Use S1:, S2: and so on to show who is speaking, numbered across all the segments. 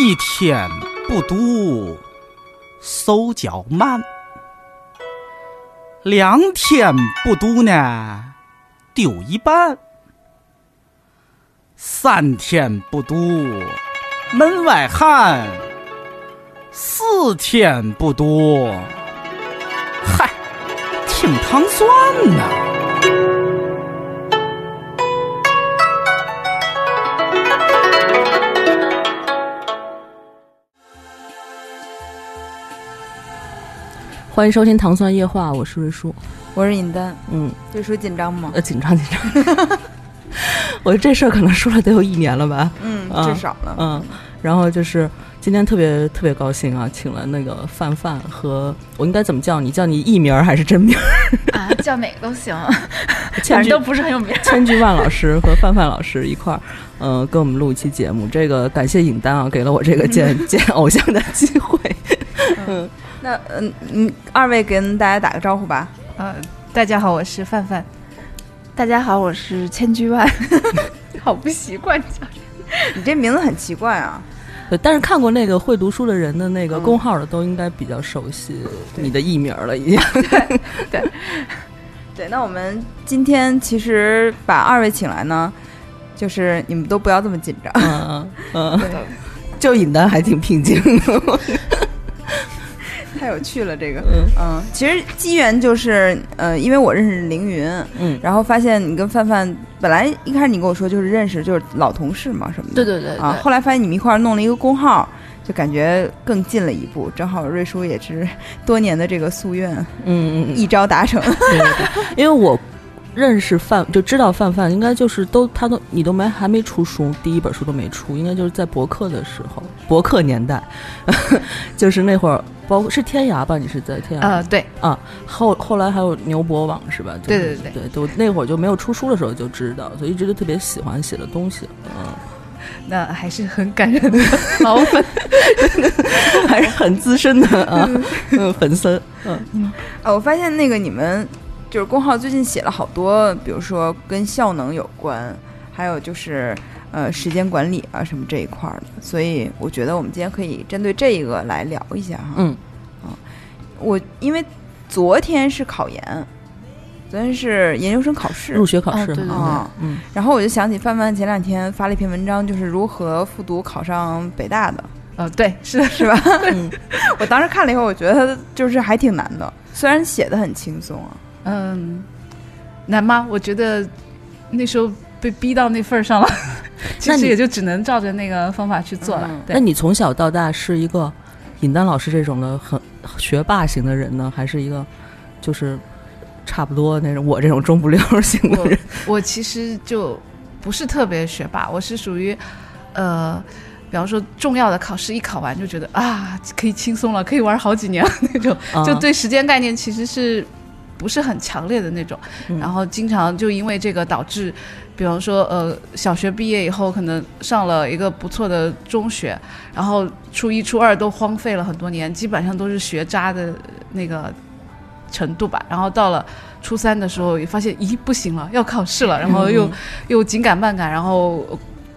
S1: 一天不读，手脚慢；两天不读呢，丢一半；三天不读，门外汉；四天不读，嗨，挺糖蒜呐、
S2: 欢迎收听《糖蒜夜话》，我是瑞舒。
S3: 我是尹丹，
S2: 嗯，
S3: 瑞叔紧张吗？
S2: 呃，紧张紧张。 我这事儿可能说了得有一年了吧，
S3: 嗯，
S2: 啊
S3: 至少了。
S2: 嗯。然后就是今天特别特别高兴啊，请了那个范范和我应该怎么叫你？叫你艺名儿还是真 名儿？
S4: 啊，叫哪个都 行，
S2: 千
S4: 反正
S2: 军
S4: 都不是很有名。
S2: 千军万老师和范范老师一块儿，嗯、跟我们录一期节目。这个感谢尹丹啊，给了我这个 见见偶像的机会。
S3: 那嗯嗯，二位跟大家打个招呼吧。
S4: 呃，大家好，我是范范。大家好，我是千居万。 好不习惯叫，
S3: 你这名字很奇怪啊，
S2: 对但是看过那个会读书的人的那个
S3: 嗯
S2: 公号的，都应该比较熟悉
S3: 对
S2: 你的艺名儿了，已经。
S3: 对，那我们今天其实把二位请来呢，就是你们都不要这么紧张。
S2: 嗯嗯，嗯，就尹丹还挺平静的。
S3: 太有趣了，这个，
S2: 嗯
S3: 嗯，其实机缘就是，呃，因为我认识凌云，
S2: 嗯
S3: 然后发现你跟范范本来一开始你跟我说就是认识，就是老同事嘛什么的，
S4: 对对对对
S3: 啊，后来发现你们一块儿弄了一个公号，就感觉更近了一步，正好瑞叔也是多年的这个夙愿
S2: 嗯嗯，
S3: 一招达 成，
S2: 对对对，因为我认识范，就知道范范，应该就是都他都你都没还没出书，第一本书都没出，应该就是在博客的时候，博客年代， 就是那会儿，包括是天涯吧，你是在天涯。
S4: 呃，对，
S2: 后后来还有牛博网是吧？就是
S4: 对对
S2: 对对，就那会儿就没有出书的时候就知道，所以一直就特别喜欢写的东西，嗯，
S4: 那还是很感人 的老粉。
S2: 还是很资深的啊，嗯，粉丝，嗯，
S3: 啊，我发现那个你们就是公号最近写了好多，比如说跟效能有关，还有就是呃时间管理啊什么这一块儿的，所以我觉得我们今天可以针对这一个来聊一下哈。
S2: 嗯
S3: 啊，我因为昨天是考研，昨天是研究生考试，
S2: 入学考试
S4: 哦对对
S2: 嘛，
S4: 对
S3: 啊
S2: 嗯
S3: 然后我就想起范范前两天发了一篇文章，就是如何复读考上北大的，
S4: 呃，对，是的，
S3: 是吧？
S2: 嗯，
S3: 我当时看了以后，我觉得就是还挺难的，虽然写的很轻松啊。
S4: 嗯，难吗？我觉得那时候被逼到那份儿上了，其
S2: 那
S4: 实
S2: 你
S4: 也就只能照着那个方法去做了。
S3: 嗯
S2: 那
S4: 对，
S2: 你从小到大是一个尹丹老师这种的很学霸型的人呢，还是一个就是差不多那种我这种中不溜儿型的人？
S4: 我其实就不是特别学霸，我是属于，呃。比方说重要的考试一考完就觉得啊，可以轻松了，可以玩好几年了那种，
S2: 啊
S4: 就对时间概念其实是不是很强烈的那种，
S2: 嗯
S4: 然后经常就因为这个导致，比方说呃小学毕业以后可能上了一个不错的中学，然后初一初二都荒废了很多年，基本上都是学渣的那个程度吧，然后到了。初三的时候也发现，咦，不行了，要考试了，然后又、又紧赶慢赶，然后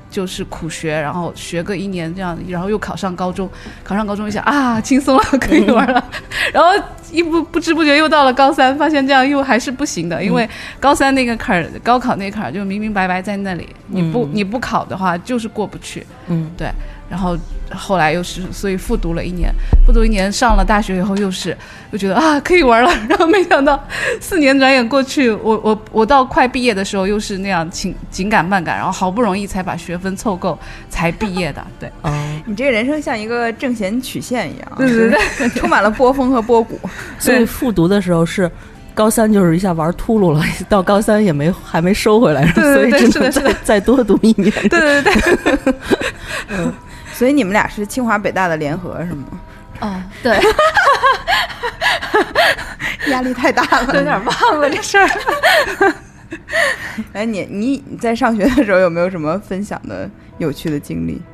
S4: 就是苦学，然后学个一年这样，然后又考上高中，考上高中一想啊，轻松了，可以玩了，然后一不不知不觉又到了高三，发现这样又还是不行的，因为高三那个坎儿，高考那个坎儿就明明白白在那里，你不、
S2: 嗯
S4: 你不考的话就是过不去，
S2: 嗯
S4: 然后后来又是，所以复读了一年，复读一年上了大学以后又是，又觉得啊可以玩了，然后没想到四年转眼过去，我我 我到快毕业的时候又是那样紧紧赶慢赶，然后好不容易才把学分凑够才毕业的，对，
S2: 哦，
S3: 你这个人生像一个正弦曲线一样，
S4: 对对
S3: 对， 充满了波峰和波谷。
S2: 所以复读的时候是。高三就是一下玩秃噜了，到高三也没还没收回来，
S4: 对对
S2: 所
S4: 对
S2: 以只
S4: 是的
S2: 能
S4: 是
S2: 再再多读一年。
S4: 对对对，
S3: 所以你们俩是清华北大的联合是吗？
S5: 嗯
S4: 哦对，
S3: 压力太大了，有点忘了这事儿。哎，你你你在上学的时候有没有什么分享的有趣的经历？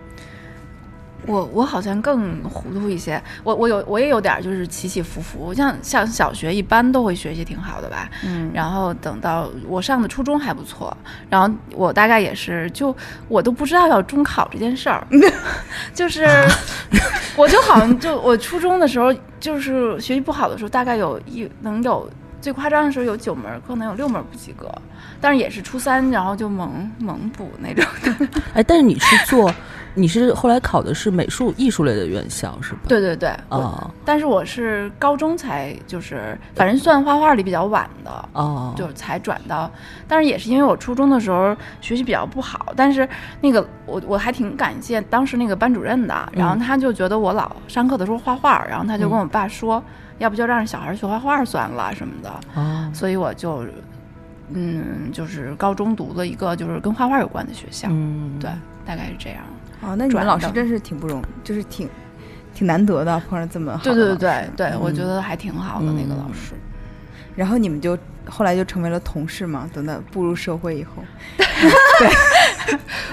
S5: 我我好像更糊涂一些，我我有我也有点儿就是起起伏伏，像像小学一般都会学习挺好的吧，
S3: 嗯，
S5: 然后等到我上的初中还不错，然后我大概也是就我都不知道要中考这件事儿，就是我就好像就我初中的时候就是学习不好的时候，大概有一能有最夸张的时候有九门儿课能有六门儿不及格，但是也是初三然后就猛猛补那种 的。
S2: 哎，但是你是做，你是后来考的是美术艺术类的院校是吧？
S5: 对对对，我
S2: 哦
S5: 但是我是高中才就是，反正算画画里比较晚的，
S2: 哦，
S5: 就是才转到。但是也是因为我初中的时候学习比较不好，但是那个我我还挺感谢当时那个班主任的，然后
S2: 嗯
S5: 他就觉得我老上课的时候画画，然后他就跟
S2: 嗯
S5: 我爸说，要不就让小孩学画画算了什么的。
S2: 哦，
S5: 所以我就，嗯，就是高中读了一个就是跟画画有关的学校，
S2: 嗯，
S5: 对，大概是这样。
S3: 哦，那你们
S5: 转
S3: 老师
S5: 到
S3: 真是挺不容，就是挺挺难得的，碰上这么好
S5: 对
S3: 的
S5: 对对
S3: 老
S5: 对
S3: 师
S5: 对，我觉得还挺好的那个老师。
S3: 然后你们就后来就成为了同事嘛？等到步入社会以后，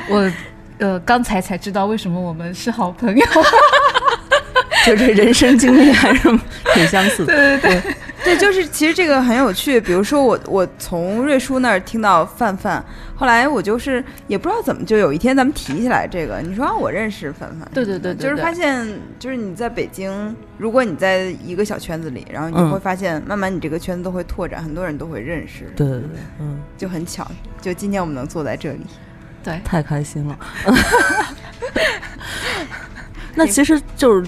S4: 我呃刚才才知道为什么我们是好朋友。
S2: 就这人生经历还是 挺相似的。
S3: 对，就是其实这个很有趣。比如说我，我从瑞叔那儿听到范范，后来我就是也不知道怎么，就有一天咱们提起来这个，你说啊，我认识范范，
S5: 对对对对
S3: 就是
S5: 对
S3: 发现，就是你在北京，如果你在一个小圈子里，然后你
S2: 嗯
S3: 会发现，慢慢你这个圈子都会拓展，很多人都会认识，
S2: 对对对，嗯，
S3: 就很巧，就今天我们能坐在这里。
S5: 对，
S2: 太开心了。那其实就是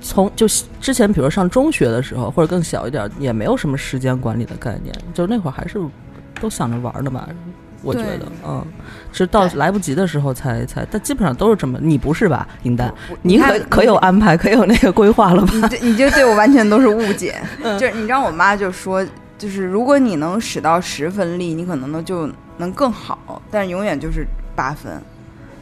S2: 从就是之前，比如上中学的时候，或者更小一点，也没有什么时间管理的概念，就那会儿还是都想着玩儿的嘛。我觉
S3: 对
S2: 得，嗯，直到
S5: 对
S2: 来不及的时候才才，但基本上都是这么。你不是吧，尹丹？
S3: 我
S2: 你可
S3: 看
S2: 可有安排，可有那个规划了吧？
S3: 你这你这对我完全都是误解。就是你知道，我妈就说，就是如果你能使到十分力，你可能呢就能更好，但是永远就是八分。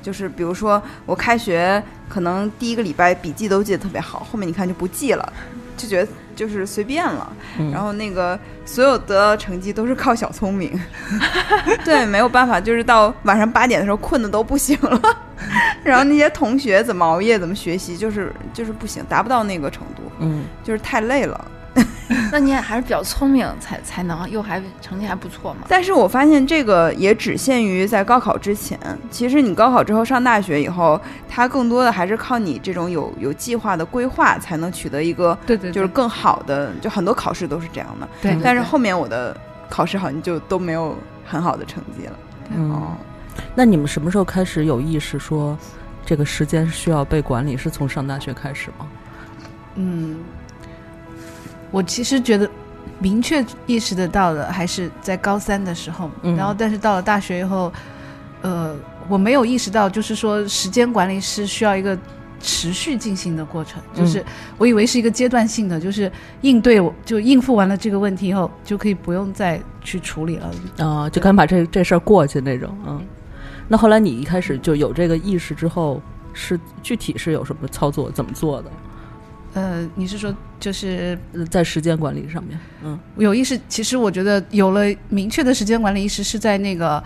S3: 就是比如说，我开学可能第一个礼拜笔记都记得特别好，后面你看就不记了，就觉得就是随便了。
S2: 嗯
S3: 然后那个所有得到的成绩都是靠小聪明，对，没有办法，就是到晚上八点的时候困的都不行了。 然后那些同学怎么熬夜，怎么学习，就是就是不行，达不到那个程度，
S2: 嗯，
S3: 就是太累了。
S5: 那你也还是比较聪明，才才能又还成绩还不错嘛。
S3: 但是我发现这个也只限于在高考之前。其实你高考之后上大学以后，它更多的还是靠你这种有有计划的规划，才能取得一个
S4: 对对，
S3: 就是更好的。就很多考试都是这样的。
S4: 对对
S3: 但是后面我的考试好像就都没有很好的成绩了。
S2: 嗯
S3: 哦，
S2: 那你们什么时候开始有意识说这个时间需要被管理？是从上大学开始吗？
S4: 嗯，我其实觉得明确意识得到的还是在高三的时候，
S2: 嗯
S4: 然后但是到了大学以后，呃，我没有意识到，就是说时间管理是需要一个持续进行的过程，
S2: 嗯
S4: 就是我以为是一个阶段性的，就是应对我就应付完了这个问题以后，就可以不用再去处理了。
S2: 啊、就赶紧把这这事儿过去那种，嗯。那后来你一开始就有这个意识之后，是具体是有什么操作，怎么做的？
S4: 呃，你是说就是
S2: 呃在时间管理上面，嗯
S4: 有意识，其实我觉得有了明确的时间管理意识是在那个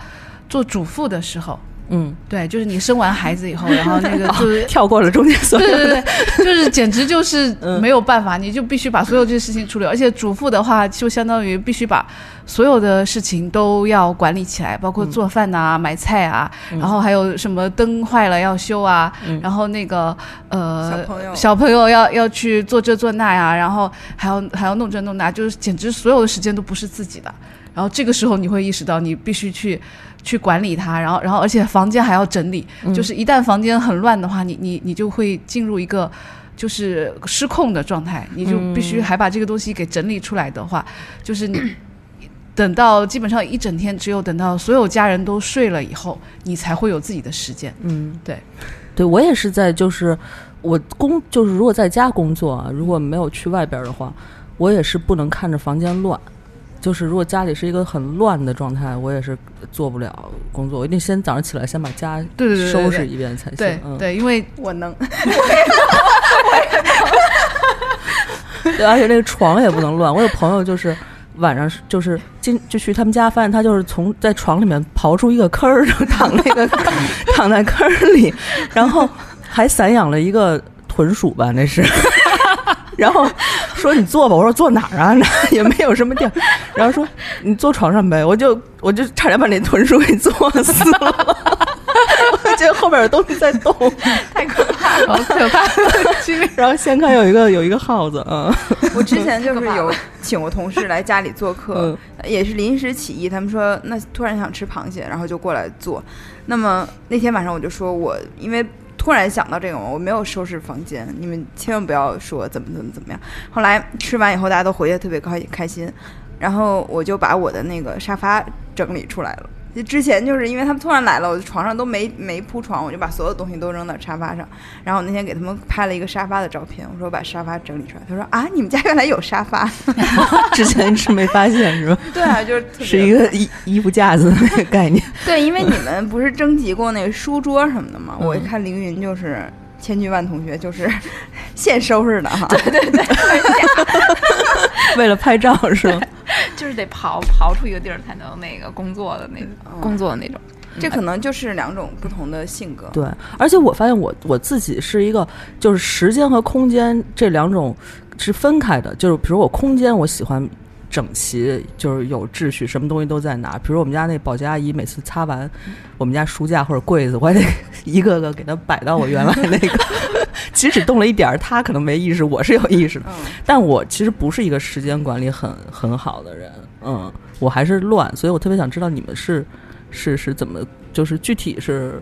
S4: 做主妇的时候，
S2: 嗯，
S4: 对，就是你生完孩 子以后，然后那个
S2: 哦
S4: 就是。
S2: 跳过了中间所有
S4: 对
S2: 的，
S4: 对对，对就是简直就是
S2: 嗯
S4: 没有办法，你就必须把所有这些事情处理，而且主妇的话就相当于必须把所有的事情都要管理起来，包
S2: 嗯
S4: 括做饭呐、买菜啊，然后还有什么灯坏了要修啊，
S2: 嗯
S4: 然后那个呃
S3: 小朋友
S4: 小朋友要要去做这做那呀、然后还要还要弄这弄那，就是简直所有的时间都不是自己的。然后这个时候你会意识到你必须去去管理它，然后然后而且房间还要整理，就是一旦房间很乱的话，你你你就会进入一个。就是失控的状态，你就必须还把这个东西给整理出来的话，就是你等到基本上一整天，只有等到所有家人都睡了以后，你才会有自己的时间。
S2: 嗯，
S4: 对，
S2: 对我也是在就是我工就是如果在家工作啊，如果没有去外边儿的话，我也是不能看着房间乱。就是如果家里是一个很乱的状态，我也是做不了工作。我一定先早上起来先把家
S4: 对对对对
S2: 收
S4: 对
S2: 拾一遍才行。
S4: 对、
S2: 嗯、
S4: 对，因为
S3: 我能，
S2: 对，而且那个床也不能乱。我有朋友就是晚上是就是进就去他们家，发现他就是从在床里面刨出一个坑儿，然后躺那个躺在坑儿里，然后还散养了一个豚鼠吧，那是。 然后说你坐吧，我说坐哪儿啊？ 也没有什么地儿。然后说你坐床上呗，我就我就差点把那豚鼠给坐死了。 我觉得后边有东西在动，
S5: 太可怕了。
S4: 好可怕的经历。
S2: 然后先看有一个有一个耗子，嗯
S3: 我之前就是
S5: 太可怕
S3: 有
S5: 了
S3: 请过同事来家里做客呃
S2: 嗯，
S3: 也是临时起意，他们说那突然想吃螃蟹，然后就过来做。那么那天晚上我就说我因为。突然想到这个嘛，我没有收拾房间，你们千万不要说怎么怎么怎么样。后来吃完以后，大家都回去特别开开心，然后我就把我的那个沙发整理出来了。就之前就是因为他们突然来了，我床上都没没铺床，我就把所有东西都扔到沙发上。然后我那天给他们拍了一个沙发的照片，我说把沙发整理出来。他说啊，你们家原来有沙发？
S2: 之前是没发现是吧？
S3: 对啊，就是特别
S2: 是一个衣衣服架子的那个概 念。
S3: 对，因为你们不是征集过那个书桌什么的吗？
S2: 嗯
S3: 我一看凌云就是千军万同学，就是 现收拾 的哈。对对
S2: 为了拍照是吗？
S5: 就是得刨刨出一个地儿才能那个工作的那种、工作的那种。
S3: 这可能就是两种不同的性格。
S2: 对，而且我发现我我自己是一个，就是时间和空间这两种是分开的。就是比如我空间，我喜欢整齐，就是有秩序，什么东西都在哪儿。比如我们家那保洁阿姨，每次擦完我们家书架或者柜子，我还得 一个个给它摆到我原来那个。 其实只动了一点儿，她可能没意识，我是有意识的。
S3: 嗯，
S2: 但我其实不是一个时间管理很很好的人，嗯，我还是乱，所以我特别想知道你们是是是怎么，就是具体是，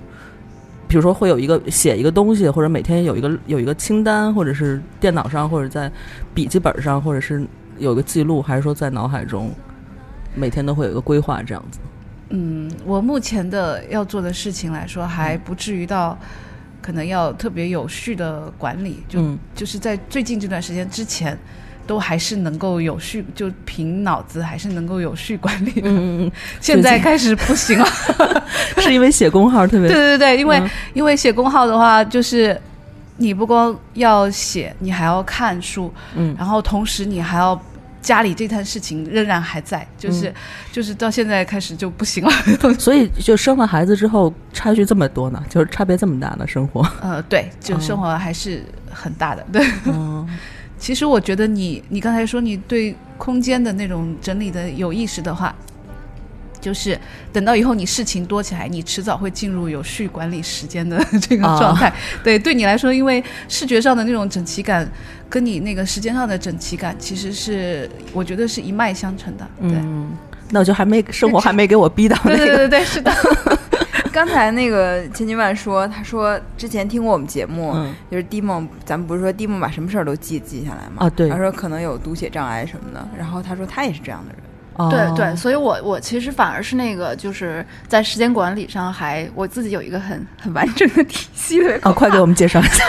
S2: 比如说会有一个写一个东西，或者每天有一个有一个清单，或者是电脑上，或者在笔记本上，或者是有个记录，还是说在脑海中每天都会有一个规划这样子？
S4: 嗯，我目前的要做的事情来说，还
S2: 嗯
S4: 不至于到可能要特别有序的管理，就、
S2: 嗯
S4: 就是在最近这段时间之前。都还是能够有序，就凭脑子还是能够有序管理的。
S2: 嗯，
S4: 现在开始 不行了，
S2: 是因为写公号特别
S4: 对对对，因为、
S2: 嗯
S4: 因为写公号的话，就是你不光要写，你还要看书，
S2: 嗯
S4: 然后同时你还要家里这摊事情仍然还在，
S2: 嗯
S4: 就是、就是到现在开始就不行了。
S2: 所以就生了孩子之后差距这么多呢，就是差别这么大呢，生活。
S4: 呃，对，就
S2: 哦
S4: 生活还是很大的。对，
S2: 嗯
S4: 其实我觉得你你刚才说你对空间的那种整理的有意识的话。就是等到以后你事情多起来，你迟早会进入有序管理时间的这个
S2: 啊
S4: 状态。对，对你来说，因为视觉上的那种整齐感，跟你那个时间上的整齐感，其实是我觉得是一脉相承的。 对，
S2: 嗯， 那我就还没生活还没给我逼到那
S4: 对对
S2: 个，
S4: 对对，是的。
S3: 刚才那个千军万说，他说之前听过我们节目，
S2: 嗯
S3: 就是 d 梦，咱们不是说 d 梦把什么事儿都记记下来吗？
S2: 啊对
S3: 他说可能有读写障碍什么的，然后他说他也是这样的人。
S2: 哦
S5: 对对，，所以我我其实反而是那个，就是在时间管理上还我自己有一个很很完整的体系，特别可
S2: 哦，快给我们介绍一下，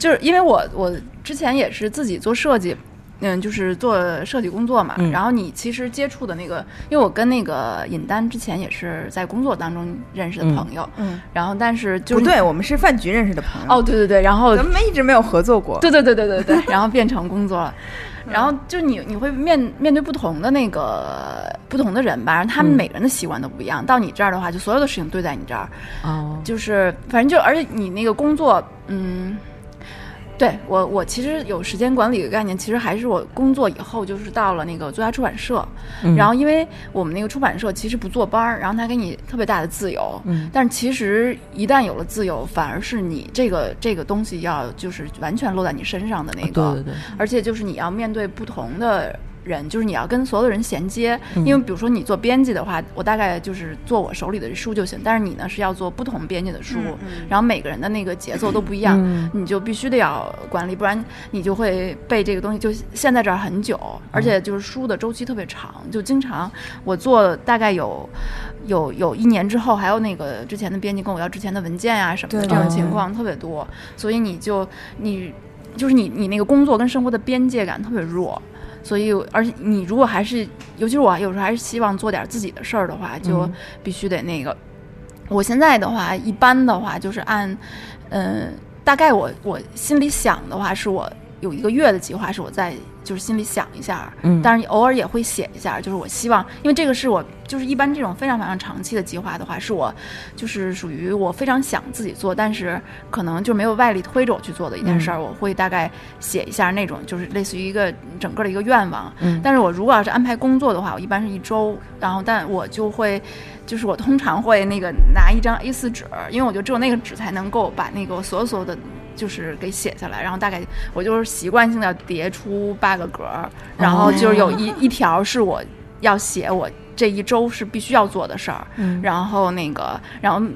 S5: 就是因为我我之前也是自己做设计，嗯，就是做设计工作嘛。
S2: 嗯
S5: 然后你其实接触的那个，因为我跟那个尹丹之前也是在工作当中认识的朋友，
S3: 嗯嗯
S5: 然后但是就是
S3: 不对，我们是饭局认识的朋友。
S5: 哦，对对对，然后
S3: 咱们一直没有合作过。
S5: 对对对对对对，然后变成工作了。然后就你你会面面对不同的那个不同的人吧，他们
S2: 嗯
S5: 每个人的习惯都不一样。到你这儿的话，就所有的事情对在你这儿，
S2: 哦，
S5: 就是反正就而且你那个工作，嗯，对我我其实有时间管理的概念，其实还是我工作以后就是到了那个作家出版社，
S2: 嗯
S5: 然后因为我们那个出版社其实不坐班儿，然后他给你特别大的自由，
S2: 嗯
S5: 但是其实一旦有了自由，反而是你这个这个东西要就是完全落在你身上的那
S2: 对
S5: 个，
S2: 啊对对，
S5: 而且就是你要面对不同的人，就是你要跟所有的人衔接。
S2: 嗯
S5: 因为比如说你做编辑的话，我大概就是做我手里的书就行，但是你呢是要做不同编辑的书，然后每个人的那个节奏都不一样，
S2: 嗯
S5: 你就必须得要管理，不然你就会被这个东西就陷在这儿很久，
S3: 嗯
S5: 而且就是书的周期特别长，就经常我做大概有。有有一年之后，还有那个之前的编辑跟我要之前的文件啊什么的，
S3: 对
S5: 这种
S2: 哦
S5: 情况特别多，所以你就你就是你你那个工作跟生活的边界感特别弱，所以而且你如果还是，尤其是我有时候还是希望做点自己的事儿的话，就
S2: 嗯
S5: 必须得那个。我现在的话，一般的话就是按，呃嗯、大概我我心里想的话，是我有一个月的计划，是我在就是心里想一下，
S2: 嗯，
S5: 但是偶尔也会写一下，就是我希望，因为这个是我就是一般这种非常非常长期的计划的话，是我就是属于我非常想自己做，但是可能就没有外力推着我去做的一件事儿，我会大概写一下那种就是类似于一个整个的一个愿望。
S2: 嗯
S5: 但是我如果要是安排工作的话，我一般是一周，然后但我就会。就是我通常会那个拿一张 A4 纸，因为我觉得只有那个纸才能够把那个所有所有的就是给写下来，然后大概我就是习惯性的叠出八个格儿，然后就是有一、一条是我要写我这一周是必须要做的事儿，
S2: 嗯
S5: 然后那个然后。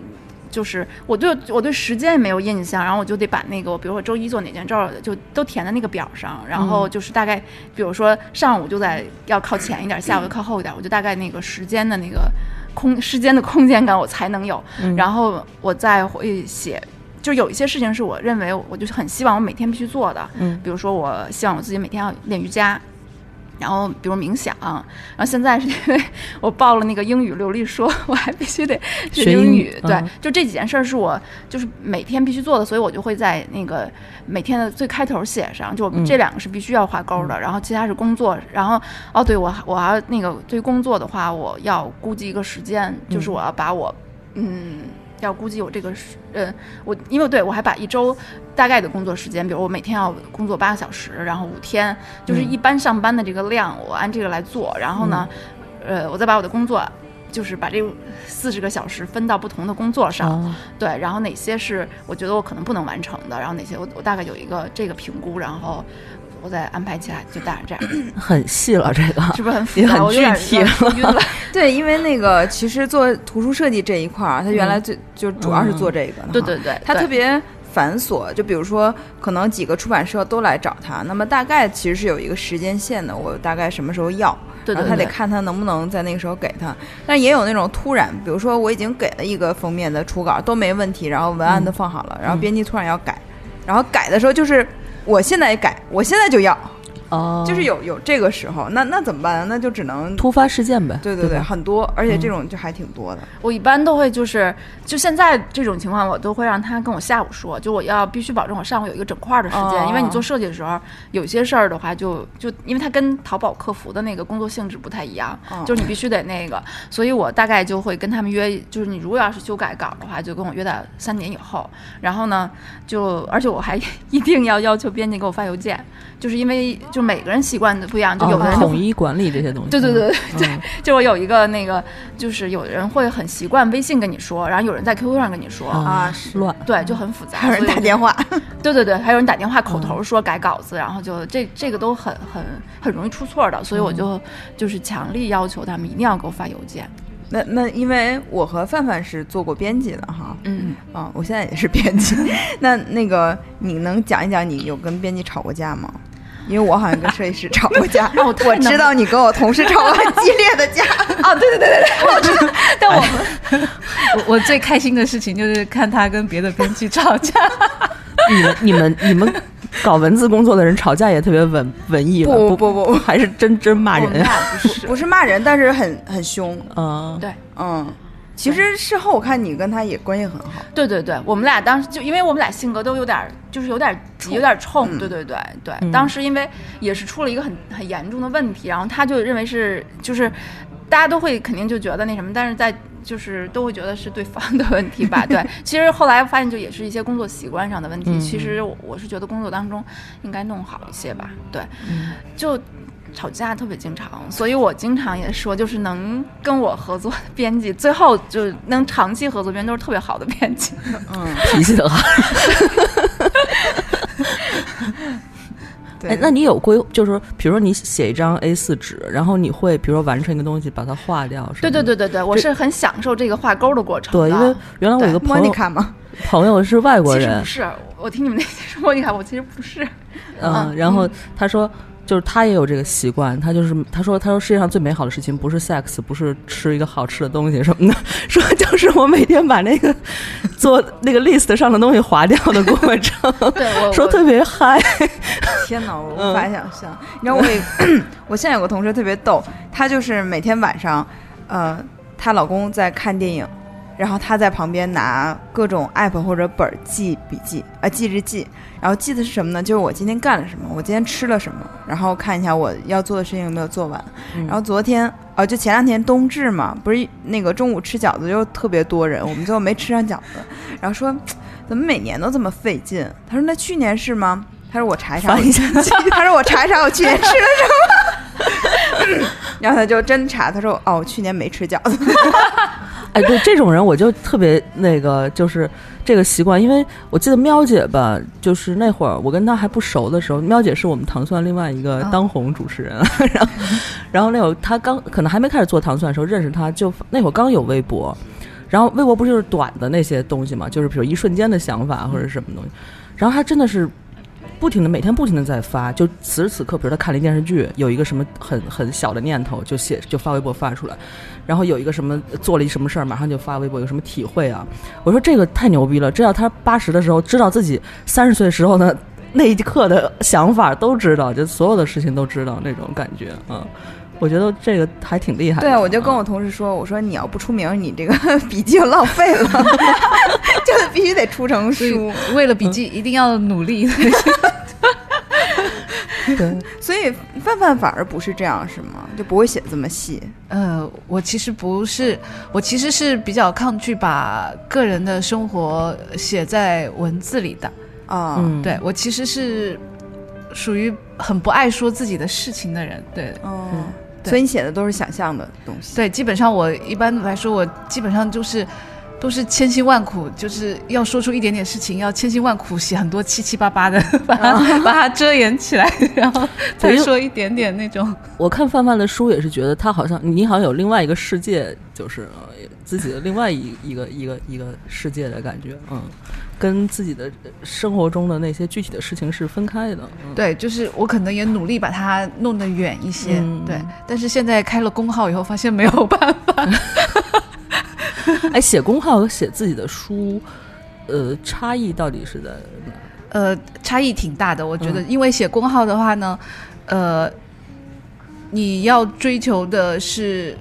S5: 就是我对我对时间也没有印象，然后我就得把那个，比如说周一做哪件事儿，就都填在那个表上。然
S2: 嗯
S5: 后就是大概，比如说上午就在要靠前一点，下
S2: 嗯
S5: 午就靠后一点，我就大概那个时间的那个空时间的空间感我才能有。
S2: 嗯
S5: 然后我再会写，就有一些事情是我认为我就很希望我每天必须做的，
S2: 嗯
S5: 比如说我希望我自己每天要练瑜伽，然后比如冥想，然后现在是因为 我报了那个英语流利说，我还必须得
S2: 学
S5: 学
S2: 英
S5: 英
S2: 语
S5: 语，对，
S2: 嗯
S5: 就这几件事儿是我就是每天必须做的，所以我就会在那个每天的最开头写上，就
S2: 嗯
S5: 这两个是必须要画勾的，然后其他是工作，然后哦对我我还那个对工作的话，我要估计一个时间，就是
S2: 嗯
S5: 我要把我嗯。要估计我这个时，呃，我因为对我还把一周大概的工作时间，比如我每天要工作八个小时，然后五天，就是
S2: 嗯
S5: 一般上班的这个量，我按这个来做。然后呢，呃，我再把我的工作，就是把这四十个小时分到不同的工作上，
S2: 啊
S5: 对，然后哪些是我觉得我可能不能完成的，然后哪些我我大概有一个这个评估，然后我再安排起来，就大概这样，
S2: 很细了这个，
S5: 是不是很复
S2: 也
S5: 杂？
S2: 很
S5: 我有点
S2: 具体
S5: 有点晕了。
S3: 对，因为那个其实做图书设计这一块儿，啊他原来最、就主要是做这个的哈，
S5: 嗯对对对，
S3: 他
S5: 对
S3: 特别繁琐。就比如说，可能几个出版社都来找他，那么大概其实是有一个时间线的，我大概什么时候要，
S5: 对
S3: 然后
S5: 对
S3: 他得
S5: 对，
S3: 看他能不能在那个时候给他。但也有那种突然，比如说我已经给了一个封面的初稿都没问题，然后文案
S5: 嗯
S3: 都放好了，然后编辑突然要改，然后改的时候就是我现在改，我现在就要，
S2: 哦，
S3: 就是有有这个时候，那那怎么办呢？啊那就只能。
S2: 突发事件呗，
S3: 对
S2: 对
S3: 对对，
S2: 吧，
S3: 很多，而且
S5: 嗯
S3: 这种就还挺多的。
S5: 我一般都会就是就现在这种情况，我都会让他跟我下午说，就我要必须保证我上午有一个整块儿的时间，
S3: 哦
S5: 因为你做设计的时候，有些事儿的话就就因为它跟淘宝客服的那个工作性质不太一样，
S3: 哦
S5: 就是你必须得那个，所以我大概就会跟他们约，就是你如果要是修改稿的话，就跟我约在三点以后。然后呢，就而且我还 一定要要求编辑给我发邮件，就是因为就每个人习惯的不一样，就有的
S2: 哦
S5: 人就
S2: 统一管理这些东西，嗯
S5: 对对对
S2: 对对，
S5: 就我有一个那个，就是有人会很习惯微信跟你说，然后有人在 QQ 上跟你说，
S2: 啊
S3: 啊是
S2: 乱，
S5: 对，就很复杂。
S3: 还有人
S5: 所 以
S3: 打电话，嗯
S5: 对对对，还有人打电话口头说改稿子，然后就这这个都很很很容易出错的，所
S3: 嗯
S5: 以我就、就是强力要求他们一定要给我发邮件。
S3: 那那因为我和范范是做过编辑的哈，
S5: 嗯，
S3: 啊，我现在也是编辑。 那那个你能讲一讲你有跟编辑吵过架吗？因为我好像跟设计师吵过架，
S5: 哦我太
S3: 我
S5: 能
S3: 知道你跟我同事吵过 很激烈的架。
S5: 哦，对对对对对，我知道，但我们
S4: 我我最开心的事情就是看他跟别的编辑吵 架，
S2: 你们你们你们搞文字工作的人吵架也特别文文艺了，不
S3: 不不不不
S2: 还是真真骂
S5: 我们
S2: 人呀，
S5: 俩不 是
S3: 不是骂人，但是很很凶。
S2: 啊，
S5: 对。
S3: 嗯，其实事后我看你跟他也关系很好。
S5: 对对对，我们俩当时就因为我们俩性格都有点儿，就是有点儿急，有点儿冲。
S3: 嗯
S5: 对对对对，当时因为也是出了一个很很严重的问题，然后他就认为是就是大家都会肯定就觉得那什么，但是在就是都会觉得是对方的问题 吧。对，其实后来发现就也是一些工作习惯上的问题。
S2: 嗯
S5: 其实我我是觉得工作当中应该弄好一些吧。对，
S2: 嗯
S5: 就。吵架特别经常，所以我经常也说，就是能跟我合作的编辑，最后就是能长期合作编辑都是特别好的编辑。
S3: 嗯，
S5: 哎
S2: 脾气的好。
S3: 对。
S2: 哎，那你有规，就是说比如说你写一张 A 4纸，然后你会比如说完成一个东西，把它划掉，是
S5: 对
S2: 吗
S5: 对。对对对，我是很享受这个画勾的过程的。
S2: 对，因为原来我有个
S3: 莫
S2: 朋
S3: 妮
S2: 友，
S3: 卡吗？
S2: 朋友是外国
S5: 其实
S2: 人
S5: 不，是，我听你们那些说，你看我其实不是。
S2: 嗯，
S5: 嗯
S2: 然后他说，就是他也有这个习惯，他就是他说他说世界上最美好的事情不是 sex，不是吃一个好吃的东西什么的， 说就是我每天把那个做那个 list 上的东西划掉的过程，
S5: 对 我
S2: 说特别嗨，
S3: 天哪，我无法想象。你知道我也，我现在有个同事特别逗，她就是每天晚上，呃，她老公在看电影，然后他在旁边拿各种 app 或者本儿记笔记啊、记日记，然后记的是什么呢？就是我今天干了什么，我今天吃了什么，然后看一下我要做的事情有没有做完。
S2: 嗯
S3: 然后昨天啊，就前两天冬至嘛，不是那个中午吃饺子就特别多人，我们最后没吃上饺子，然后说怎么每年都这么费劲？他说那去年是吗？他说我查一查，我
S2: 翻一下
S3: 他说我查一查我去年吃了什么。然后他就真查，他说哦，我去年没吃饺子。
S2: 哎，对这种人，我就特别那个，就是这个习惯，因为我记得喵姐吧，就是那会儿我跟她还不熟的时候，喵姐是我们糖蒜另外一个
S4: 啊
S2: 当红主持人， 然后然后那会儿她刚可能还没开始做糖蒜的时候认识她，就那会儿刚有微博，然后微博不是就是短的那些东西嘛，就是比如一瞬间的想法或者什么东西，然后她真的是。不停的，每天不停的在发，就此时此刻，比如她看了一电视剧，有一个什么很很小的念头，就写就发微博发出来，然后有一个什么呃做了一什么事儿，马上就发微博，有什么体会啊？我说这个太牛逼了，这要他八十的时候知道自己三十岁的时候呢，那一刻的想法都知道，就所有的事情都知道那种感觉啊。我觉得这个还挺厉害的
S3: 对，
S2: 啊。
S3: 我就跟我同事说，我说你要不出名，你这个笔记就浪费 了，就是必须得出成
S4: 所以
S3: 书。
S4: 为了笔记一定要努力。
S2: 对
S3: 所以范范反而不是这样，是吗？就不会写这么细。
S4: 呃，我其实不是，我其实是比较抗拒把个人的生活写在文字里的。
S3: 啊、
S2: 嗯，
S4: 对我其实是属于很不爱说自己的事情的人。对
S3: 哦、
S2: 嗯
S4: 对
S3: 所以你写的都是想象的东西。
S4: 对，基本上我一般来说，我基本上就是。都是千辛万苦，就是要说出一点点事情，要千辛万苦写很多七七八八的，把它、把它遮掩起来，然后再
S2: 啊 对
S4: 说一点点那种。
S2: 我看范范的书也是觉得他好像你好像有另外一个世界，就是呃自己的另外一一个一个一个世界的感觉，嗯，跟自己的呃生活中的那些具体的事情是分开的。嗯、
S4: 对，就是我可能也努力把它弄得远一些，
S2: 嗯
S4: 对。但是现在开了公号以后，发现没有办法。
S2: 哎，写公号和写自己的书，呃，差异到底是在哪？
S4: 呃， 差异挺大的，我觉得，
S2: 嗯
S4: 因为写公号的话呢，呃，你要追求的是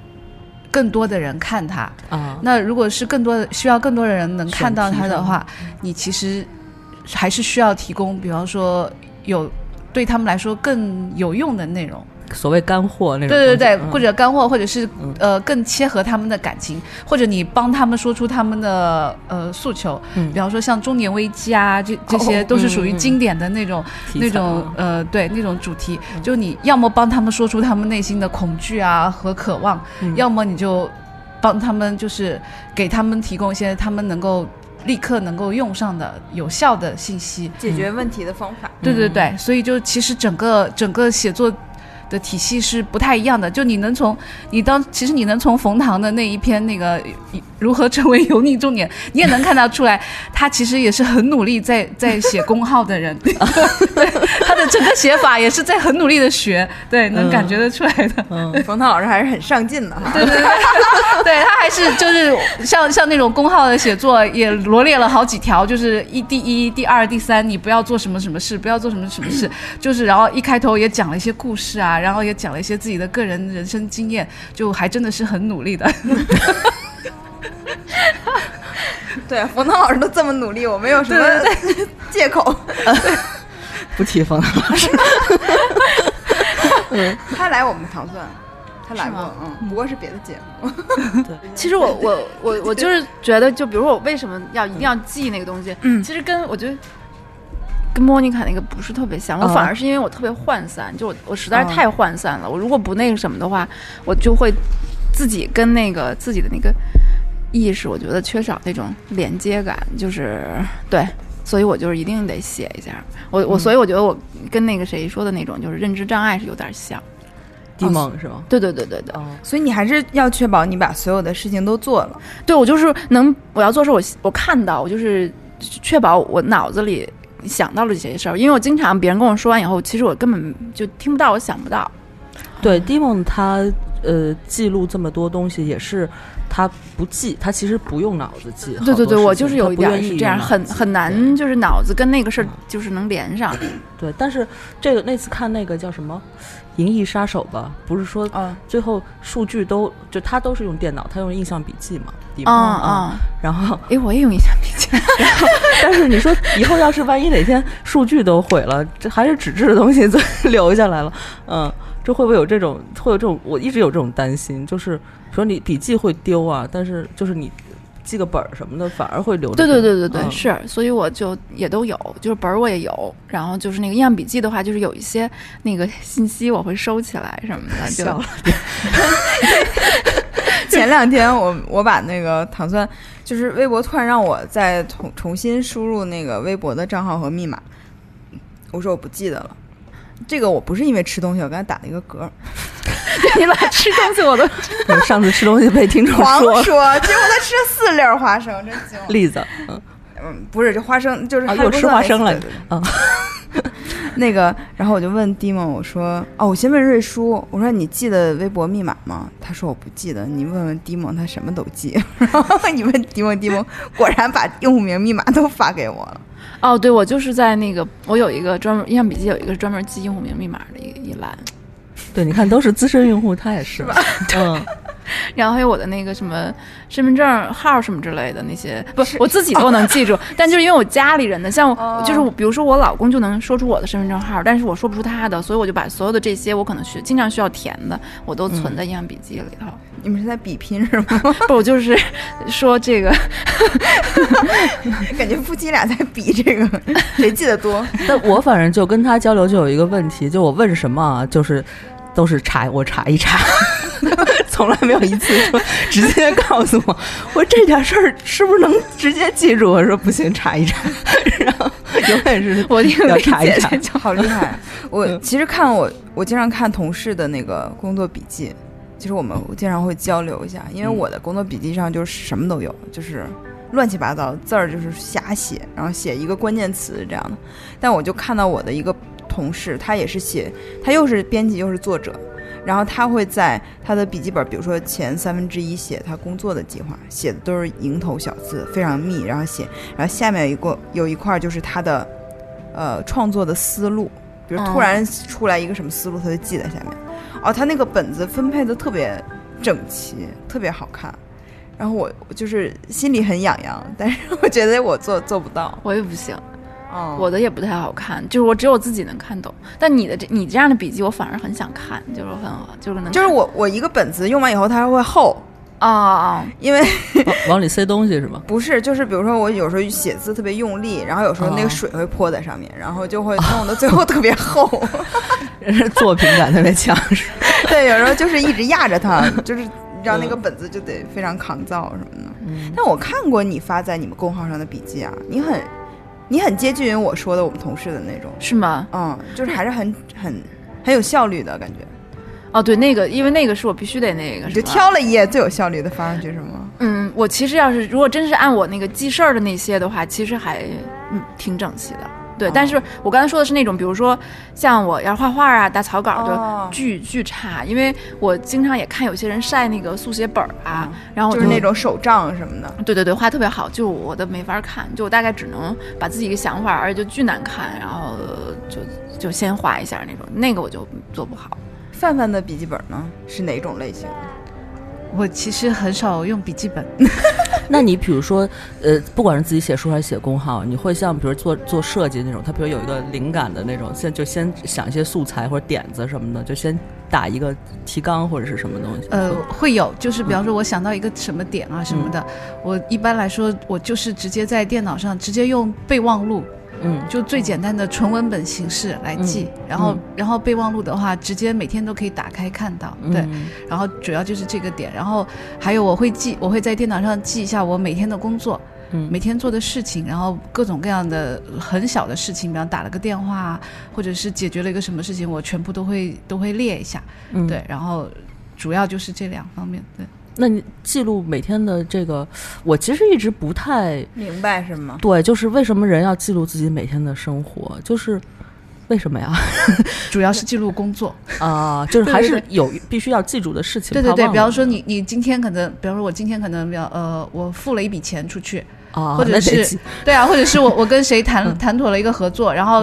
S4: 更多的人看它。
S2: 啊，
S4: 那如果是更多的需要更多的人能看到它的话，
S2: 嗯
S4: 你其实还是需要提供，比方说有对他们来说更有用的内容。
S2: 所谓干货那种东
S4: 对
S2: 西。
S4: 对对，
S2: 嗯
S4: 或者干货，或者是
S2: 嗯
S4: 呃更切合他们的感情，或者你帮他们说出他们的呃诉求，
S2: 嗯
S4: 比方说像中年危机啊，这这些
S2: 哦
S4: 都是属于
S2: 嗯嗯
S4: 经典的那种、
S2: 题
S4: 那
S2: 材嗯
S4: 种
S2: 啊
S4: 呃对那种主题，就你要么帮他们说出他们内心的恐惧啊和渴望，
S2: 嗯
S4: 要么你就帮他们就是给他们提供一些他们能够立刻能够用上的有效的信息，
S3: 解决问题的方法。
S4: 对对对，所以就其实整个整个写作的体系是不太一样的。就你能从你当其实你能从冯唐的那一篇那个呃如何成为油腻重点，你也能看到出来，他其实也是很努力在在写公号的人，对他的整个写法也是在很努力的学，对，能感觉得出来的。
S2: 嗯，
S3: 冯唐老师还是很上进的哈。
S4: 对对对，对他还是就是像像那种公号的写作，也罗列了好几条，就是一第一、第二、第三，你不要做什么什么事，不要做什么什么 事，就是然后一开头也讲了一些故事啊，然后也讲了一些自己的个人人生经验，就还真的是很努力的。
S3: 对，冯唐老师都这么努力，我没有什么借口。
S2: 不提 防
S4: 哦
S2: 了。
S3: 他来我们糖蒜，他来
S5: 是
S3: 过
S5: 吗，
S3: 嗯，不过是别的节目。
S5: 其实我我我我就是觉得，就比如说我为什么要一定要记那个东西，
S3: 嗯
S5: 其实跟我觉得跟莫妮卡那个不是特别像，我
S2: 啊
S5: 反而是因为我特别涣散，就我我实在是太涣散了，我如果不那个什么的话，我就会自己跟那个自己的那个意识，我觉得缺少那种连接感，就是对。所以我就是一定得写一下，我
S2: 嗯
S5: 我所以我觉得我跟那个谁说的那种就是认知障碍是有点像，
S2: 地梦是吗？
S5: 对对对对对，
S2: 哦，
S3: 所以你还是要确保你把所有的事情都做 了。
S5: 对我就是能我要做事，我我看到，我就是确保我脑子里想到了这些事儿，因为我经常别人跟我说完以后，其实我根本就听不到，我想不到。
S2: 对，地梦他呃记录这么多东西，也是他不记，他其实不用脑子记。
S5: 对对对，
S2: 好多事情
S5: 我就是有
S2: 他
S5: 一
S2: 不
S5: 点
S2: 愿意
S5: 是这样，
S2: 用脑子
S5: 很
S2: 记
S5: 很
S2: 对
S5: 难，就是脑子跟那个事儿就是能连上。
S2: 对，但是这个那次看那个叫什么《银翼杀手》吧，不是说
S5: 嗯
S3: 啊，
S2: 最后数据都就他都是用电脑，他用印象笔记嘛，底
S5: 啊
S2: 嘛嗯
S5: 啊，
S2: 然后，
S5: 哎，我也用一下笔记。
S2: 但是你说以后要是万一哪天数据都毁了，这还是纸质的东西 最留下来了，嗯，这会不会有这种会有这种？我一直有这种担心，就是说你笔记会丢啊，但是就是你记个本儿什么的，反而会留着。
S5: 对对对对对，
S2: 嗯
S5: 是，所以我就也都有，就是本儿我也有，然后就是那个印象笔记的话，就是有一些那个信息我会收起来什么的，就
S2: 笑了
S3: 前两天我我把那个糖蒜，就是微博突然让我再重重新输入那个微博的账号和密码，我说我不记得了。这个我不是因为吃东西，我刚才打了一个 嗝，
S5: 你老吃东西我都
S2: 对上次吃东西被听众
S3: 狂
S2: 说
S3: 说，结果他吃了四粒儿花生，真惊了。
S2: 栗子，嗯，
S3: 嗯，不是，这花生就是
S2: 啊
S3: 还
S2: 又吃花生了
S3: 对对对
S2: 嗯
S3: 那个，然后我就问 d i m o 我说：“哦，我先问瑞叔，我说你记得微博密码吗？”他说：“我不记得。”你问问 d i m o 他什么都记。 然后你问 d i m o d i m o 果然把用户名、密码都发给我了。
S5: 哦，对我就是在那个我有一个专门印象笔记有一个专门记用户名密码的一一栏，
S2: 对，你看都是资深用户，他也是，嗯，
S5: 然后还有我的那个什么身份证号什么之类的那些，不
S3: 是，
S5: 我自己都能记
S2: 哦
S5: 住，但就是因为我家里人的，像我、
S3: 哦
S5: 就是我比如说我老公就能说出我的身份证号，但是我说不出他的，所以我就把所有的这些我可能需经常需要填的，我都存
S2: 嗯
S5: 在印象笔记里头。
S3: 你们是在比拼是吗？
S5: 不，我就是 说这个，
S3: 感觉夫妻俩在比这个谁记得多。
S2: 但我反正就跟他交流就有一个问题，就我问什么啊，就是都是查我查一查， 从来没有一次说直接告诉我，我这点事儿是不是能直接记住？我说不行，查一 查，然后永远是
S5: 我听
S2: 要
S5: 薇
S2: 查一
S5: 姐
S2: 查
S5: 这，
S3: 好厉害！我其实看我，我经常看同事的那个工作笔记，就是我们经常会交流一下，因为
S1: 嗯
S3: 我的工作笔记上就是什么都有，就是乱七八糟字儿就是瞎写，然后写一个关键词这样的。但我就看到我的一个同事，他也是写，他又是编辑又是作者。然后他会在他的笔记本，比如说前三分之一写他工作的计划，写的都是蝇头小字，非常密，然后写，然后下面有一个有一块就是他的呃创作的思路，比如突
S5: 嗯
S3: 然出来一个什么思路，他就记在下面。哦，他那个本子分配的特别整齐，特别好看。然后我我就是心里很痒痒，但是我觉得我做做不到。
S5: 我也不行，
S3: 哦
S5: 我的也不太好看，就是我只有自己能看懂。但你的这你这样的笔记，我反而很想看，就是很就是能
S3: 就是
S5: 看
S3: 我我一个本子用完以后它还会厚，
S5: 啊啊、
S3: 因为
S2: 往往里塞东西是吗？
S3: 不是就是比如说我有时候写字特别用力，然后有时候那
S2: 哦
S3: 个水会泼在上面，然后就会弄得最后特别 厚。
S2: 作品感特别强，是吧
S3: 对，有时候就是一直压着它，就是让
S5: 嗯
S3: 那个本子就得非常抗造什么的。但我看过你发在你们公号上的笔记啊，你很你很接近于我说的我们同事的那种，
S5: 是吗？
S3: 嗯，就是还是很很很有效率的感觉。
S5: 哦，对，那个因为那个是我必须得那个，
S3: 你
S5: 是
S3: 就
S5: 吧
S3: 挑了一页最有效率的发上去是吗？
S5: 嗯，我其实要是如果真是按我那个记事儿的那些的话，其实还嗯挺整齐的。对，
S3: 哦
S5: 但是我刚才说的是那种，比如说像我要画画啊、打草稿
S3: 哦
S5: 就巨、巨差，因为我经常也看有些人晒那个速写本儿啊，然后
S3: 哦
S5: 我
S3: 就是那种手账什么的。
S5: 对对对，画特别好，就我的没法看，就我大概只能把自己一个想法，而且就巨难看，然后就就先画一下那种，那个我就做不好。
S3: 范范的笔记本呢是哪种类型的？
S4: 我其实很少用笔记本，
S2: 那你比如说，呃，不管是自己写书还是写公号，你会像比如做做设计那种，他比如有一个灵感的那种，先就先想一些素材或者点子什么的，就先打一个提纲或者是什么东西。
S4: 呃，会有，就是比方说，我想到一个什么点啊什么的，我一般来说，我就是直接在电脑上直接用备忘录，
S2: 嗯，
S4: 就最简单的纯文本形式来记，然后、
S2: 嗯
S4: 然后备忘录的话，直接每天都可以打开看到，对，
S2: 嗯
S4: 然后主要就是这个点，然后还有我会记，我会在电脑上记一下我每天的工作，
S2: 嗯
S4: 每天做的事情，然后各种各样的很小的事情，比方打了个电话啊，或者是解决了一个什么事情，我全部都会都会列一下，
S2: 嗯
S4: 对，然后主要就是这两方面，对，
S2: 那你记录每天的这个，我其实一直不太
S3: 明白是吗？
S2: 对，就是为什么人要记录自己每天的生活，就是为什么呀？
S4: 主要是记录工作。
S2: 啊，就是还
S4: 对
S2: 是有必须要记住的事情。
S4: 对对
S2: 怕
S4: 对，
S2: 忘
S4: 比方
S2: 了
S4: 说你你今天可能，比方说我今天可能比较呃，我付了一笔钱出去，
S2: 啊，
S4: 或者
S2: 那得
S4: 是
S2: 记
S4: 对啊，或者是我我跟谁谈
S2: 嗯
S4: 谈妥了一个合作，然后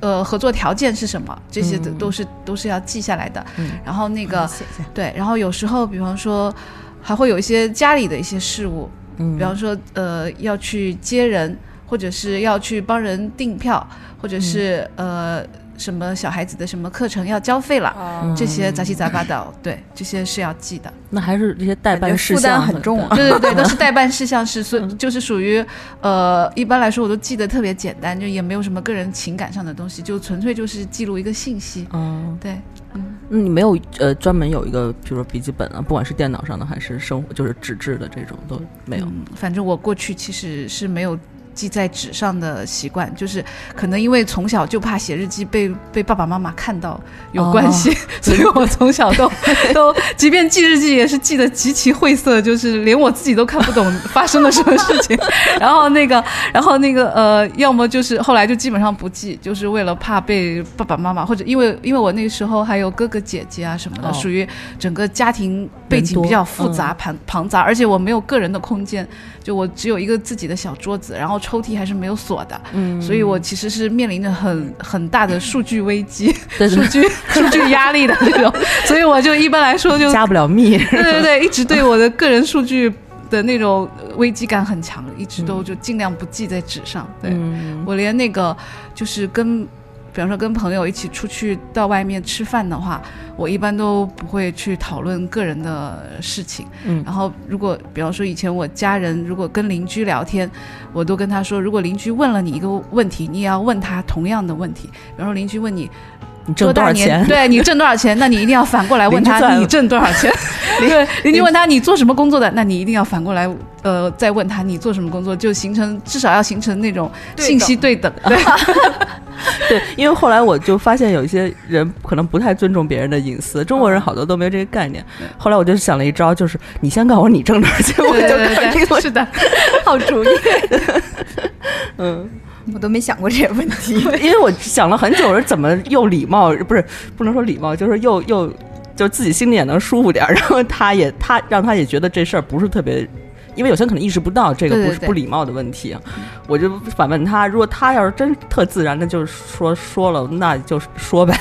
S2: 嗯
S4: 呃合作条件是什么，这些都
S2: 嗯
S4: 都是都是要记下来的。
S2: 嗯
S4: 然后那个
S2: 写下
S4: 对，然后有时候比方说还会有一些家里的一些事务，
S2: 嗯
S4: 比方说呃要去接人，或者是要去帮人订票，或者是、
S2: 嗯
S4: 呃什么小孩子的什么课程要交费了，
S3: 啊
S4: 这些杂七杂八的，对，这些是要记的。
S2: 嗯那还是这些代
S3: 感觉
S2: 办事
S3: 负担
S2: 项
S3: 很重啊
S4: 对对对，都是代办事项是，所以就是属于呃，一般来说我都记得特别简单，就也没有什么个人情感上的东西，就纯粹就是记录一个信息。
S2: 嗯，
S4: 对，
S2: 那你没有呃专门有一个，比如说笔记本啊，不管是电脑上的还是生活就是纸质的这种都没有。
S4: 嗯反正我过去其实是没有。记在纸上的习惯，就是可能因为从小就怕写日记被被爸爸妈妈看到有关系，
S2: 哦
S4: 所以我从小 都都，即便记日记也是记得极其晦涩，就是连我自己都看不懂发生了什么事 情。然后那个，然后那个呃，要么就是后来就基本上不记，就是为了怕被爸爸妈妈或者因为因为我那时候还有哥哥姐姐啊什么的，
S2: 哦
S4: 属于整个家庭背
S2: 人
S4: 景
S2: 多嗯
S4: 比较复杂庞、庞杂，而且我没有个人的空间，就我只有一个自己的小桌子，然后抽屉还是没有锁的，
S2: 嗯
S4: 所以我其实是面临着很很大的数据危 机、
S2: 但
S4: 数
S2: 是
S4: 据数据压力的这种， 所以我就一般来说就
S2: 加不了密。
S4: 对对对，一直对我的个人数据的那种呃危机感很强，一直都就尽量不记在纸上。对、
S2: 嗯
S4: 我连那个就是跟，比方说跟朋友一起出去到外面吃饭的话，我一般都不会去讨论个人的事情。
S2: 嗯
S4: 然后如果比方说以前我家人如果跟邻居聊天，我都跟他说，如果邻居问了你一个问题，你也要问他同样的问题。比方说邻居问你
S2: 你挣多少钱？
S4: 对你挣多少钱？那你一定要反过来问
S2: 邻居
S4: 他
S2: 赚
S4: 你挣多少钱。 对，邻居问他你做什么工作的，那你一定要反过来呃再问他你做什么工作，就形成至少要形成那种
S3: 对
S4: 信息对等。对，
S2: 对，因为后来我就发现有一些人可能不太尊重别人的隐私，中国
S4: 嗯
S2: 人好多都没有这个概念。后来我就想了一招，就是你先告诉我你挣多少钱，我
S4: 对
S2: 就
S4: 对
S2: 告诉你
S4: 对
S2: 我
S4: 对，是的，
S2: 好主意。嗯，
S3: 我都没想过这个问 题。
S2: 因为我想了很久，我说怎么又礼貌，不是不能说礼貌，就是又又就自己心里也能舒服点儿， 然后他也他让他也觉得这事儿不是特别。因为有些人可能意识不到这个不
S4: 对
S2: 是
S4: 对对
S2: 不礼貌的问题，啊我就反问他，如果他要是真特自然的，就是说说了，那就说呗，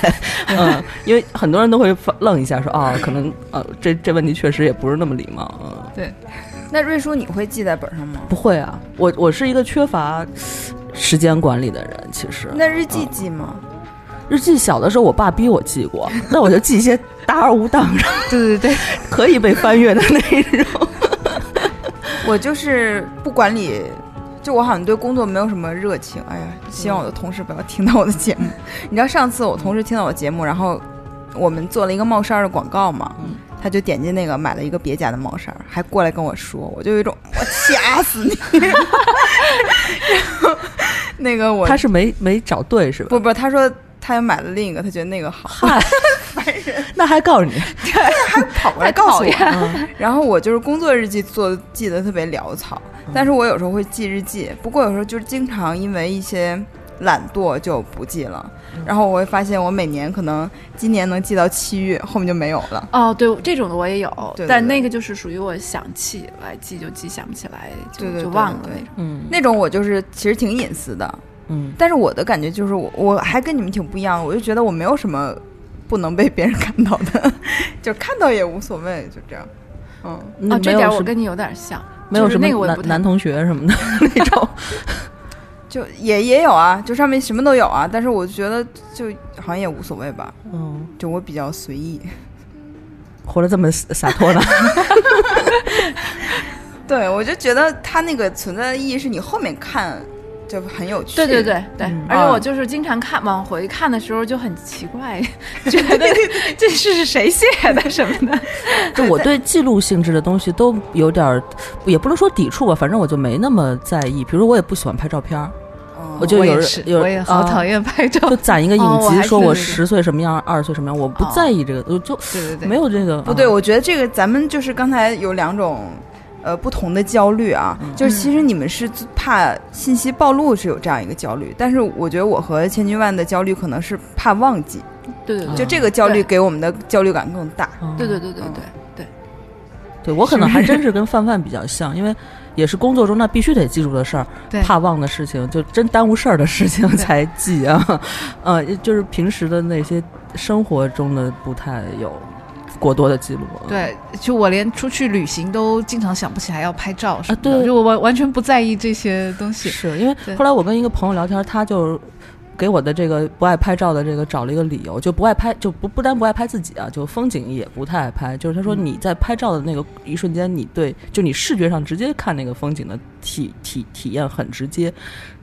S2: 嗯，因为很多人都会发愣一下说，啊，可能呃，这这问题确实也不是那么礼貌，嗯，
S3: 那瑞叔，你会记在本上吗？
S2: 不会啊，我我是一个缺乏时间管理的人，其实
S3: 那日记记吗？
S2: 日记小的时候，我爸逼我记过，那我就记一些大而无当， 然后
S4: 对对对，
S2: 可以被翻阅的内容。
S3: 我就是不管理，就我好像对工作没有什么热情。哎呀，
S2: 嗯
S3: 希望我的同事不要听到我的节 目。你知道上次我同事听到我节目，然后我们做了一个帽衫儿的广告嘛，
S2: 嗯
S3: 他就点进那个买了一个别家的帽衫儿，还过来跟我说，我就有一种我掐 死你。然后 那个我
S2: 他是没没找对是吧？
S3: 不不，他说他买了另一个，他觉得那个好，
S2: 嗨，那还告诉你，
S3: 跑过来告诉我。嗯 然后我就是工作日记做记得特别潦草，但是我有时候会记日记，不过有时候就是经常因为一些懒惰就不记了。然后我会发现，我每年可能今年能记到七月，后面就没有了。
S5: 哦，对，这种的我也有，
S3: 对对
S5: 但
S3: 对
S5: 那个就是属于我想起来记就记，想不起来就
S3: 对对
S5: 就
S3: 对
S5: 忘了
S3: 对
S5: 那种。
S2: 嗯
S3: 那种我就是其实挺隐私的，
S2: 嗯，
S3: 但是我的感觉就是我我还跟你们挺不一样，我就觉得我没有什么不能被别人看到的， 就是看到也无所谓，就这样。嗯，
S2: 那
S5: 哦，这
S2: 没有
S5: 点
S2: 什
S5: 我
S2: 么
S5: 跟你有点像，
S2: 没有
S5: 就是
S2: 什么
S5: 那个我也
S2: 男
S5: 不太
S2: 男同学什么 的那种，
S3: 就也也有啊，就上面什么都有啊，但是我觉得就好像也无所谓吧，
S2: 嗯，
S3: 就我比较随意。
S2: 活得这么洒脱呢？
S3: 对，我就觉得它那个存在的意义是你后面看就很有趣。
S5: 对对对对，
S2: 嗯
S5: 而且
S3: 啊
S5: 我就是经常看往回看的时候就很奇怪， 觉得这是谁写的什么的。
S2: 就我对记录性质的东西都有点儿，也不能说抵触吧，反正我就没那么在意。比如说，我也不喜欢拍照片儿，
S3: 嗯，
S2: 我就有
S4: 也
S2: 人
S4: 是，
S2: 有
S4: 我也好
S2: 啊
S4: 讨厌拍照。
S2: 就攒一个
S5: 哦
S2: 影
S5: 我
S2: 集，
S5: 还
S2: 说
S5: 是
S2: 我
S5: 那个
S2: 十岁什么样，二十岁什么样，我不
S5: 哦
S2: 在意这个，我就
S4: 对对对，
S2: 没有这个。
S3: 不对，
S2: 啊
S3: 我觉得这个咱们就是刚才有两种呃不同的焦虑啊，就是其实你们是怕信息暴露是有这样一个焦虑，但是我觉得我和千军万的焦虑可能是怕忘记，
S2: 嗯
S5: 对对对
S3: 就这个焦虑给我们的焦虑感更大。
S5: 对对对对对，
S2: 对我可能还真是跟范范比较像，因为也是工作中那必须得记住的事儿，
S4: 对
S2: 怕忘的事情，就真耽误事儿的事情
S4: 对
S2: 才记啊。呃，就是平时的那些生活中的不太有过多的记录。，啊
S4: 对，就我连出去旅行都经常想不起来要拍照什么的，
S2: 啊对
S4: 就我完完全不在意这些东西。
S2: 是因
S4: 对
S2: 为后来我跟一个朋友聊天，他就。给我的这个不爱拍照的这个找了一个理由，就不爱拍，就不不单不爱拍自己啊，就风景也不太爱拍。就是他说你在拍照的那个一瞬间，你对就你视觉上直接看那个风景的体体体验很直接，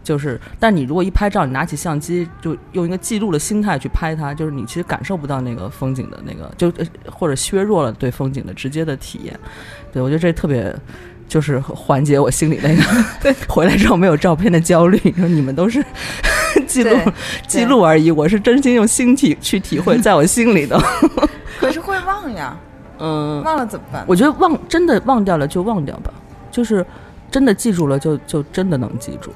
S2: 就是，但你如果一拍照，你拿起相机，就用一个记录的心态去拍它，就是你其实感受不到那个风景的那个，就呃或者削弱了对风景的直接的体验。对我觉得这特别，就是缓解我心里那个回来之后没有照片的焦虑。你说你们都是 记录
S3: 对对
S2: 记录而已，我是真心用心体去体 会，在我心里的，
S3: 可 是会忘呀，
S2: 嗯，
S3: 忘了怎么办？
S2: 我觉得忘真的忘掉了就忘掉吧，就是真的记住了就就真的能记住，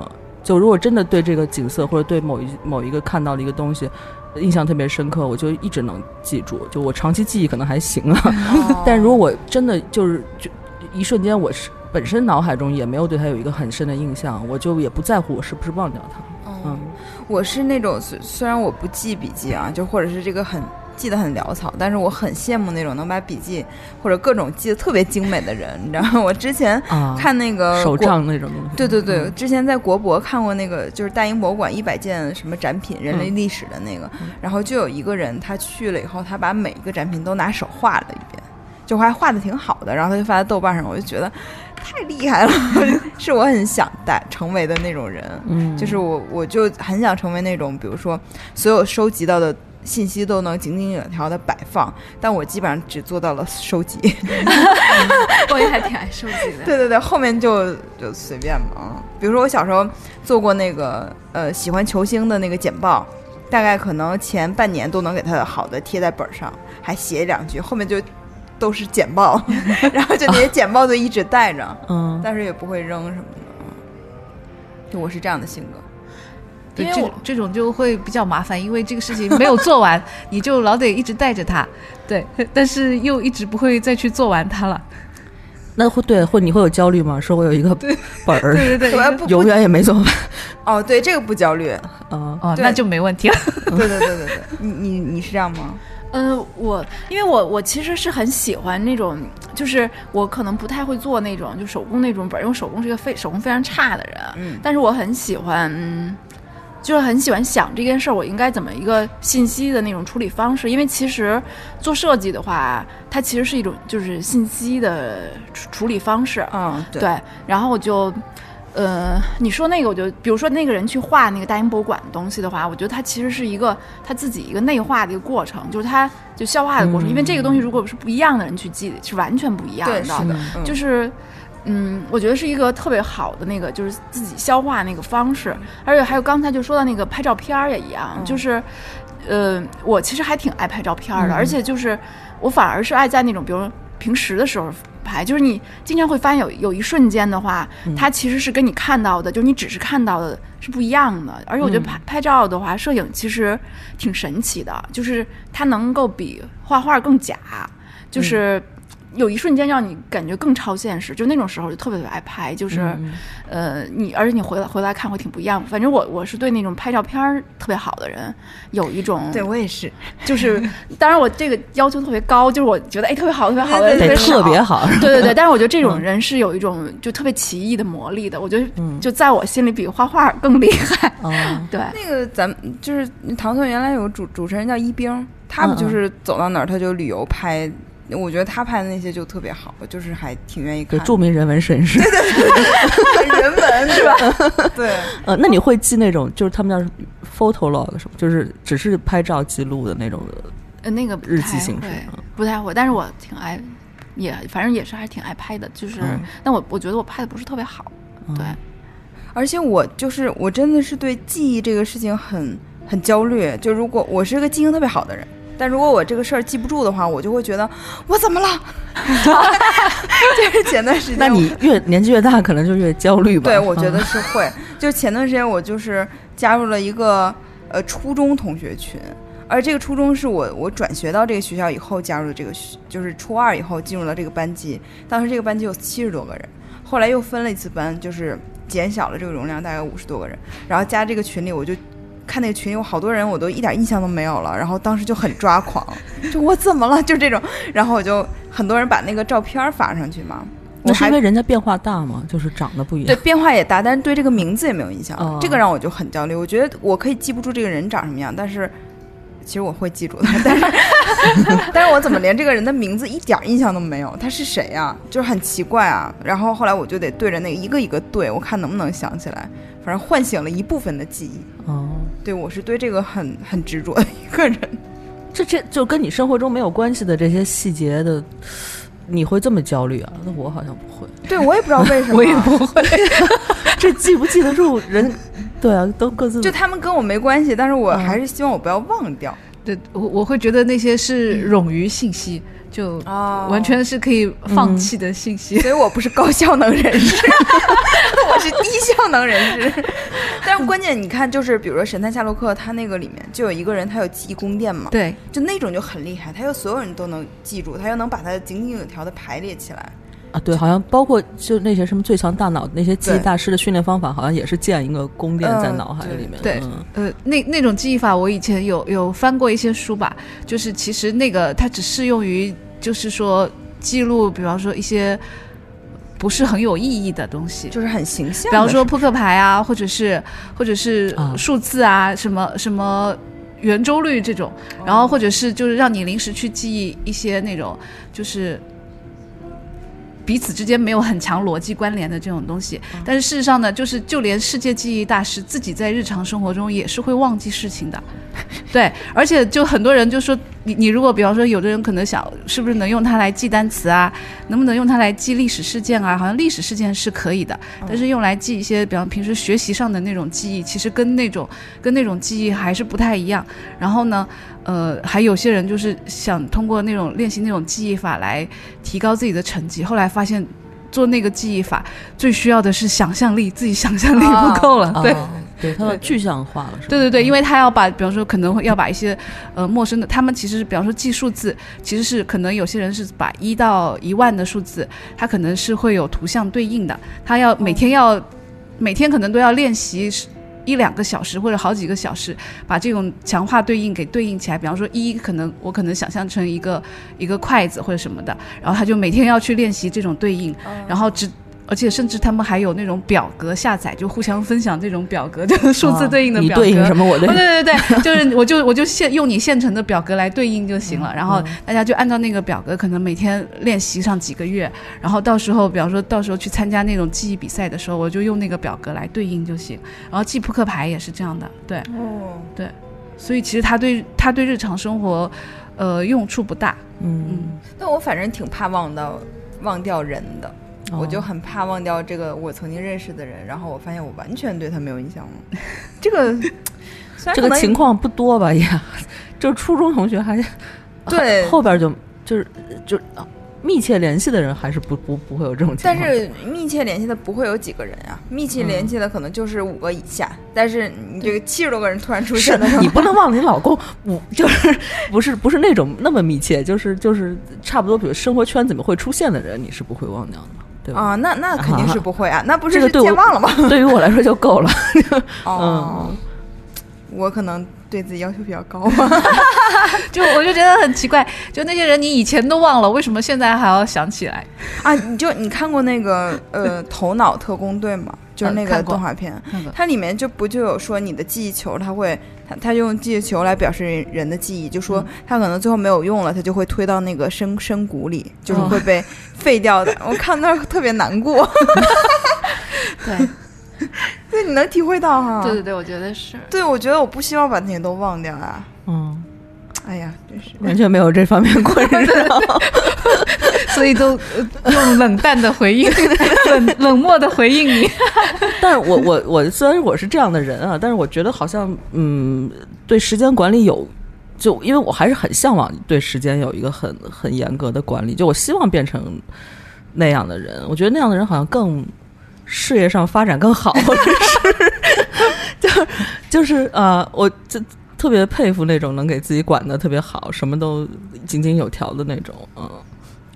S2: 啊，就如果真的对这个景色或者对某一某一个看到的一个东西印象特别深刻，我就一直能记住。就我长期记忆可能还行啊， 但如果我真的就是就一瞬间我是。本身脑海中也没有对它有一个很深的印象，我就也不在乎我是不是忘掉它。
S3: 嗯
S2: 嗯，，
S3: 我是那种虽虽然我不记笔记啊，就或者是这个很记得很潦草，但是我很羡慕那种能把笔记或者各种记得特别精美的人，你知道吗？我之前
S2: 啊，
S3: 看那个
S2: 手
S3: 国
S2: 账那种东西。
S3: 对对对，
S2: 嗯
S3: 之前在国博看过那个，就是大英博物馆一百件什么展品，人类历史的那个，
S2: 嗯
S3: 然后就有一个人他去了以后，他把每一个展品都拿手画了一遍，就还画的挺好的，然后他就发在豆瓣上，我就觉得太厉害了， 是我很想带成为的那种人，
S2: 嗯，
S3: 就是我我就很想成为那种，比如说所有收集到的。信息都能井井有条的摆放，但我基本上只做到了收集。
S2: 嗯
S5: 我也还挺爱收集的。
S3: 对对对，后面就就随便吧。啊。比如说我小时候做过那个呃喜欢球星的那个简报，大概可能前半年都能给他好的贴在本儿上，还写两句，后面就都是简报， 然后就那些简报就一直带着，
S2: 嗯，
S3: 但是也不会扔什么的。啊就我是这样的性格，
S4: 对
S5: 因为
S4: 这
S5: 我
S4: 这种就会比较麻烦，因为这个事情没有做 完，你就老得一直带着它，对，但是又一直不会再去做完它了。
S2: 那会对会你会有焦虑吗？说我有一个本儿，
S4: 对对
S3: 我
S4: 对
S3: 要，不
S2: 永
S3: 不
S2: 远也没做完
S3: 哦，对这个不焦虑，
S2: 啊。
S4: 哦，
S3: 对
S4: 那就没问题了。
S3: 对对对对对，你你你是这样吗？
S5: 嗯，我因为我我其实是很喜欢那种，就是我可能不太会做那种就手工那种本儿，因为我手工是一个非手工非常差的人，啊
S3: 嗯
S5: 但是我很喜欢，嗯，就是很喜欢想这件事儿，我应该怎么一个信息的那种处理方式。因为其实做设计的话，它其实是一种就是信息的处处理方式。
S3: 啊，对，
S5: 对，然后我就，呃，你说那个，我就比如说那个人去画那个大英博物馆的东西的话，我觉得他其实是一个他自己一个内化的一个过程，就是他就消化的过程。因为这个东西如果是不一样的人去记，是完全不一样的。
S3: 嗯对是的，嗯
S5: 就是，嗯，我觉得是一个特别好的那个，就是自己消化那个方式。而且还有刚才就说到那个拍照片儿也一样，就是，呃，我其实还挺爱拍照片儿的，而且就是我反而是爱在那种比如平时的时候。拍就是你经常会发现有有一瞬间的话，它其实是跟你看到的，就是你只是看到的是不一样的。而且我觉得拍、拍照的话，摄影其实挺神奇的，就是它能够比画画更假，就是有一瞬间让你感觉更超现实，就那种时候就特别特别爱拍，就是，呃，你而且你回来回来看会挺不一样。反正我我是对那种拍照片儿特别好的人有一种，
S3: 对我也是，
S5: 就是当然我这个要求特别高，就是我觉得哎特别好特别好的人
S3: 对
S2: 得
S5: 别
S2: 特
S5: 少
S2: 别好，
S5: 对对对，但是我觉得这种人是有一种就特别奇异的魔力的，我觉
S2: 嗯
S5: 得就在我心里比画画更厉害。
S2: 啊，
S5: 对，
S3: 那个咱们就是唐宋原来有个主主持人叫一冰，他们
S2: 嗯嗯
S3: 就是走到哪儿他就旅游拍，我觉得他拍的那些就特别好，就是还挺愿意
S2: 对
S3: 看的。
S2: 著名人文绅士。
S3: 人文是吧？对，
S2: 呃，那你会记那种就是他们叫什么 photo log 什么，就是只是拍照记录的那种的
S5: 呃，那个不
S2: 日
S5: 太
S2: 记形式
S5: 会
S2: 嗯
S5: 不太会，但是我挺爱，也反正也是还挺爱拍的，就是，
S2: 嗯
S5: 但我我觉得我拍的不是特别好，对，
S3: 而且我就是我真的是对记忆这个事情很很焦虑。就如果我是个记性特别好的人，但如果我这个事儿记不住的话，我就会觉得我怎么了？ 就是前段时间，
S2: 那你越年纪越大，可能就越焦虑吧？
S3: 对，我觉
S2: 嗯
S3: 得是会。就前段时间我就是加入了一个呃初中同学群，而这个初中是我我转学到这个学校以后加入的这个学，就是初二以后进入了这个班级。当时这个班级有七十多个人，后来又分了一次班，就是减小了这个容量，大概五十多个人。然后加这个群里，我就。看那个群里有好多人，我都一点印象都没有了。然后当时就很抓狂， 就我怎么了，就这种。然后我就很多人把那个照片儿发上去嘛，我
S2: 那是
S3: 还
S2: 因为人家变化大嘛，就是长得不一
S3: 对
S2: 样。
S3: 变化也大，但是对这个名字也没有印象了，
S2: 哦
S3: 这个让我就很焦虑。我觉得我可以记不住这个人长什么样，但是其实我会记住的， 但是但是我怎么连这个人的名字一点印象都没有？他是谁呀、就是很奇怪啊。然后后来我就得对着那个一个一个对，我看能不能想起来，反正唤醒了一部分的记忆。
S2: 哦，
S3: 对我是对这个很很执着的一个人。
S2: 这这就跟你生活中没有关系的这些细节的，你会这么焦虑啊？那我好像不会，
S3: 对 我也不知道为什么，
S5: 嗯
S2: 会。这记不记得住人？ 对啊，都各自
S3: 就他们跟我没关系，但是我
S2: 嗯
S3: 还是希望我不要忘掉
S4: 对我我会觉得那些是冗余信息，就
S5: 哦
S3: 啊
S4: 完全是可以
S5: 嗯
S4: 放弃的信息。
S3: 所以我不是高效能人士， 我是低效能人士。但是关键你看，就是比如说《神探夏洛克》，他那个里面就有一个人，他有记忆宫殿嘛，
S4: 对，
S3: 就那种就很厉害，他又所有人都能记住，他又能把他井井有条的排列起来。
S2: 啊，对，好像包括就那些什么最强大脑那些记忆
S3: 对
S2: 大师的训练方法，好像也是建一个宫殿在
S3: 嗯
S2: 脑海
S3: 对
S2: 里面。
S4: 对
S2: 嗯
S4: 呃，那那种记忆法，我以前有有翻过一些书吧，就是其实那个它只适用于，就是说记录，比方说一些不是很有意义的东西，
S3: 就是很形象的。
S4: 比方说扑克牌啊，或者是或者是
S2: 啊
S4: 数字啊，什么什么圆周率这种，
S3: 哦
S4: 然后或者是就是让你临时去记忆一些那种就是。彼此之间没有很强逻辑关联的这种东西，
S3: 哦
S4: 但是事实上呢，就是就连世界记忆大师自己在日常生活中也是会忘记事 情的，对，而且就很多人就说你你如果比方说有的人可能想是不是能用它来记单词啊，能不能用它来记历史事件啊？好像历史事件是可以的，但是用来记一些，比方平时学习上的那种记忆，其实跟那种跟那种记忆还是不太一样。然后呢，呃，还有些人就是想通过那种练习那种记忆法来提高自己的成绩，后来发现做那个记忆法最需要的是想象力，自己想象力不够了，
S2: 啊
S4: 对。
S2: 对，它要
S4: 对
S2: 具象化了，是吧
S4: 对对对，因为他要把，比方说可能会要把一些，呃，陌生的，他们其实是，比方说记数字，其实是可能有些人是把一到一万的数字，他可能是会有图像对应的，他要每天要，每天可能都要练习是一两个小时或者好几个小时，把这种强化对应给对应起来。比方说一，可能我可能想象成一个一个筷子或者什么的，然后他就每天要去练习这种对应，然后只。而且甚至他们还有那种表格下载，就互相分享这种表格， 就是数字
S2: 啊
S4: 对应的
S2: 你
S4: 表格。
S2: 对应什么，我对
S4: 对对对对，就是我就我就现用你现成的表格来对应就行
S2: 嗯
S4: 了，然后大家就按照那个表格，可能每天练习上几个月，然后到时候，比方说到时候去参加那种记忆比赛的时候，我就用那个表格来对应就行。然后记扑克牌也是这样的，对，
S3: 哦，
S4: 所以其实它对它对日常生活，呃，用处不大。
S2: 嗯，
S3: 但我反正挺怕忘到忘掉人的。
S2: 哦
S3: 我就很怕忘掉这个我曾经认识的人，然后我发现我完全对他没有印象了。 这个虽然
S2: 这
S3: 可
S2: 个
S3: 能
S2: 情况不多吧？也， 就是初中同学还
S3: 对
S2: 后边就就是就是啊密切联系的人还是不不不会有这种情况。
S3: 但是密切联系的不会有几个人啊，密切联系的可能就是五个以下。但是你这个七十多个人突然出
S2: 是
S3: 现的时候
S2: 你，不能忘了你老 公，不就是不是不是那种那么密切，就是就是差不多，比如生活圈子里面会出现的人，你是不会忘掉的，对吧？
S3: 啊，那那肯定是不会啊，那不
S2: 这
S3: 是
S2: 个
S3: 是
S2: 对我嗯
S3: 健忘了吗？
S2: 对于我来说就够 了。
S3: 哦，我可能对自己要求比较高吧。
S4: 就我就觉得很奇怪，就那些人你以前都忘了，为什么现在还要想起来？
S3: 啊，你就你看过那个呃《头脑特工队》吗？就是
S4: 嗯
S3: 那个
S4: 看过
S3: 动画片，
S4: 那个
S3: 它里面就不就有说你的记忆球，它会它它用记忆球来表示人的记忆，就说它可能最后没有用了，它就会推到那个深深谷里，就是
S4: 哦
S3: 会被废掉的。我看那儿特别难过，
S5: 对
S3: 对，你能体会到哈？
S5: 对对对，我觉得是。
S3: 对，我觉得我不希望把那些都忘掉啊。
S2: 嗯，
S3: 哎呀，真是。
S2: 完全没有这方面困 扰。
S4: 所以都、呃用冷淡的回应，冷冷漠的回应你。
S2: 但是我我我虽然我是这样的人啊，但是我觉得好像嗯，对时间管理有就因为我还是很向往对时间有一个很很严格的管理，就我希望变成那样的人。我觉得那样的人好像更事业上发展更 好，或者是 就就是呃，我就特别佩服那种能给自己管的特别好，什么都井井有条的那种，嗯。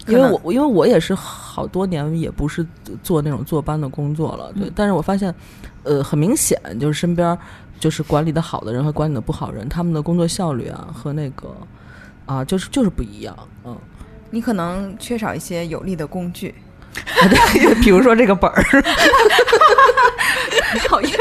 S2: 因为我因为我也是好多年也不是做那种坐班的工作了，对，但是我发现，呃，很明显就是身边儿就是管理的好的人和管理的不好人，他们的工作效率啊和那个啊就是就是不一样，嗯，
S3: 你可能缺少一些有力的工具。
S2: 啊对， 比如说这个本儿，
S5: 讨厌，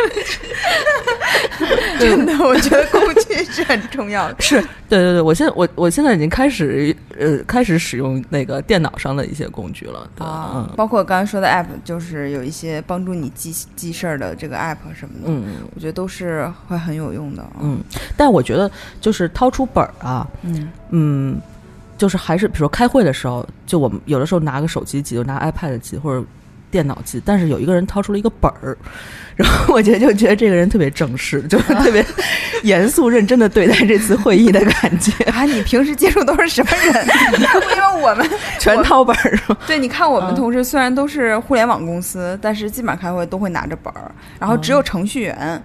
S3: 真的，我觉得工具是很重要的。
S2: 是对对对，我现在我我现在已经开始呃开始使用那个电脑上的一些工具了，对，
S3: 啊，
S2: 嗯
S3: 包括刚才说的 app，就是有一些帮助你记记事儿的这个 app 什么的，
S2: 嗯。
S3: 我觉得都是会很有用的。
S2: 嗯，但我觉得就是掏出本儿啊，
S3: 嗯
S2: 嗯，就是还是比如说开会的时候，就我们有的时候拿个手机记，就拿 iPad 记或者电脑记，但是有一个人掏出了一个本儿，然后我觉得就觉得这个人特别正式， 就是特别严肃认真的对待这次会议的感觉，
S3: 啊，你平时接触都是什么人？ 因为我们
S2: 全掏本儿是吧
S3: 对，你看我们
S2: 嗯
S3: 同事虽然都是互联网公司，但是基本上开会都会拿着本儿，然后只
S2: 嗯
S3: 有程序员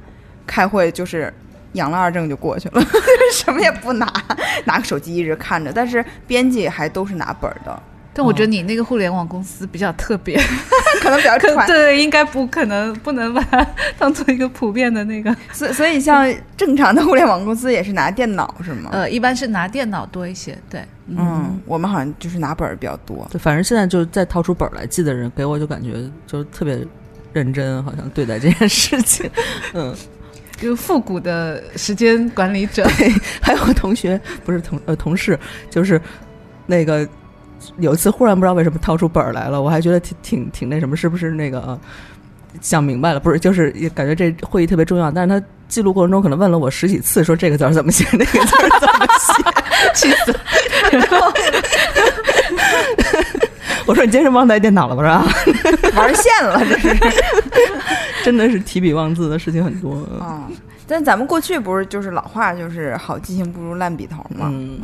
S3: 开会就是养了二证就过去了， 什么也不拿， 拿个手机一直看着。但是编辑还都是拿本儿的，
S4: 但我觉得你那个互联网公司比较特别，
S3: 可能比较
S4: 可
S3: 传。
S4: 对，应该不可能不能把它当做一个普遍的那个。
S3: 所以所以像正常的互联网公司也是拿电脑是吗？
S4: 呃，一般是拿电脑多一些，对，
S3: 嗯，我们好像就是拿本儿比较多。
S2: 对，反正现在就再掏出本儿来记的人，给我就感觉就是特别认真，好像对待这件事情， 嗯。
S4: 就是复古的时间管理 者。
S2: 还有同学不是同呃同事，就是那个有一次忽然不知道为什么掏出本儿来了，我还觉得挺挺挺那什么，是不是那个、呃想明白了？不是，就是也感觉这会议特别重要，但是他记录过程中可能问了我十几次，说这个字儿怎么写，那个字儿怎么写，气死了。 我说你今天是忘带电脑了吧？是吧？
S3: 玩线了，这是
S2: 真的是提笔忘字的事情很多。
S3: 啊、但咱们过去不是就是老话，就是好记性不如烂笔头嘛。
S2: 嗯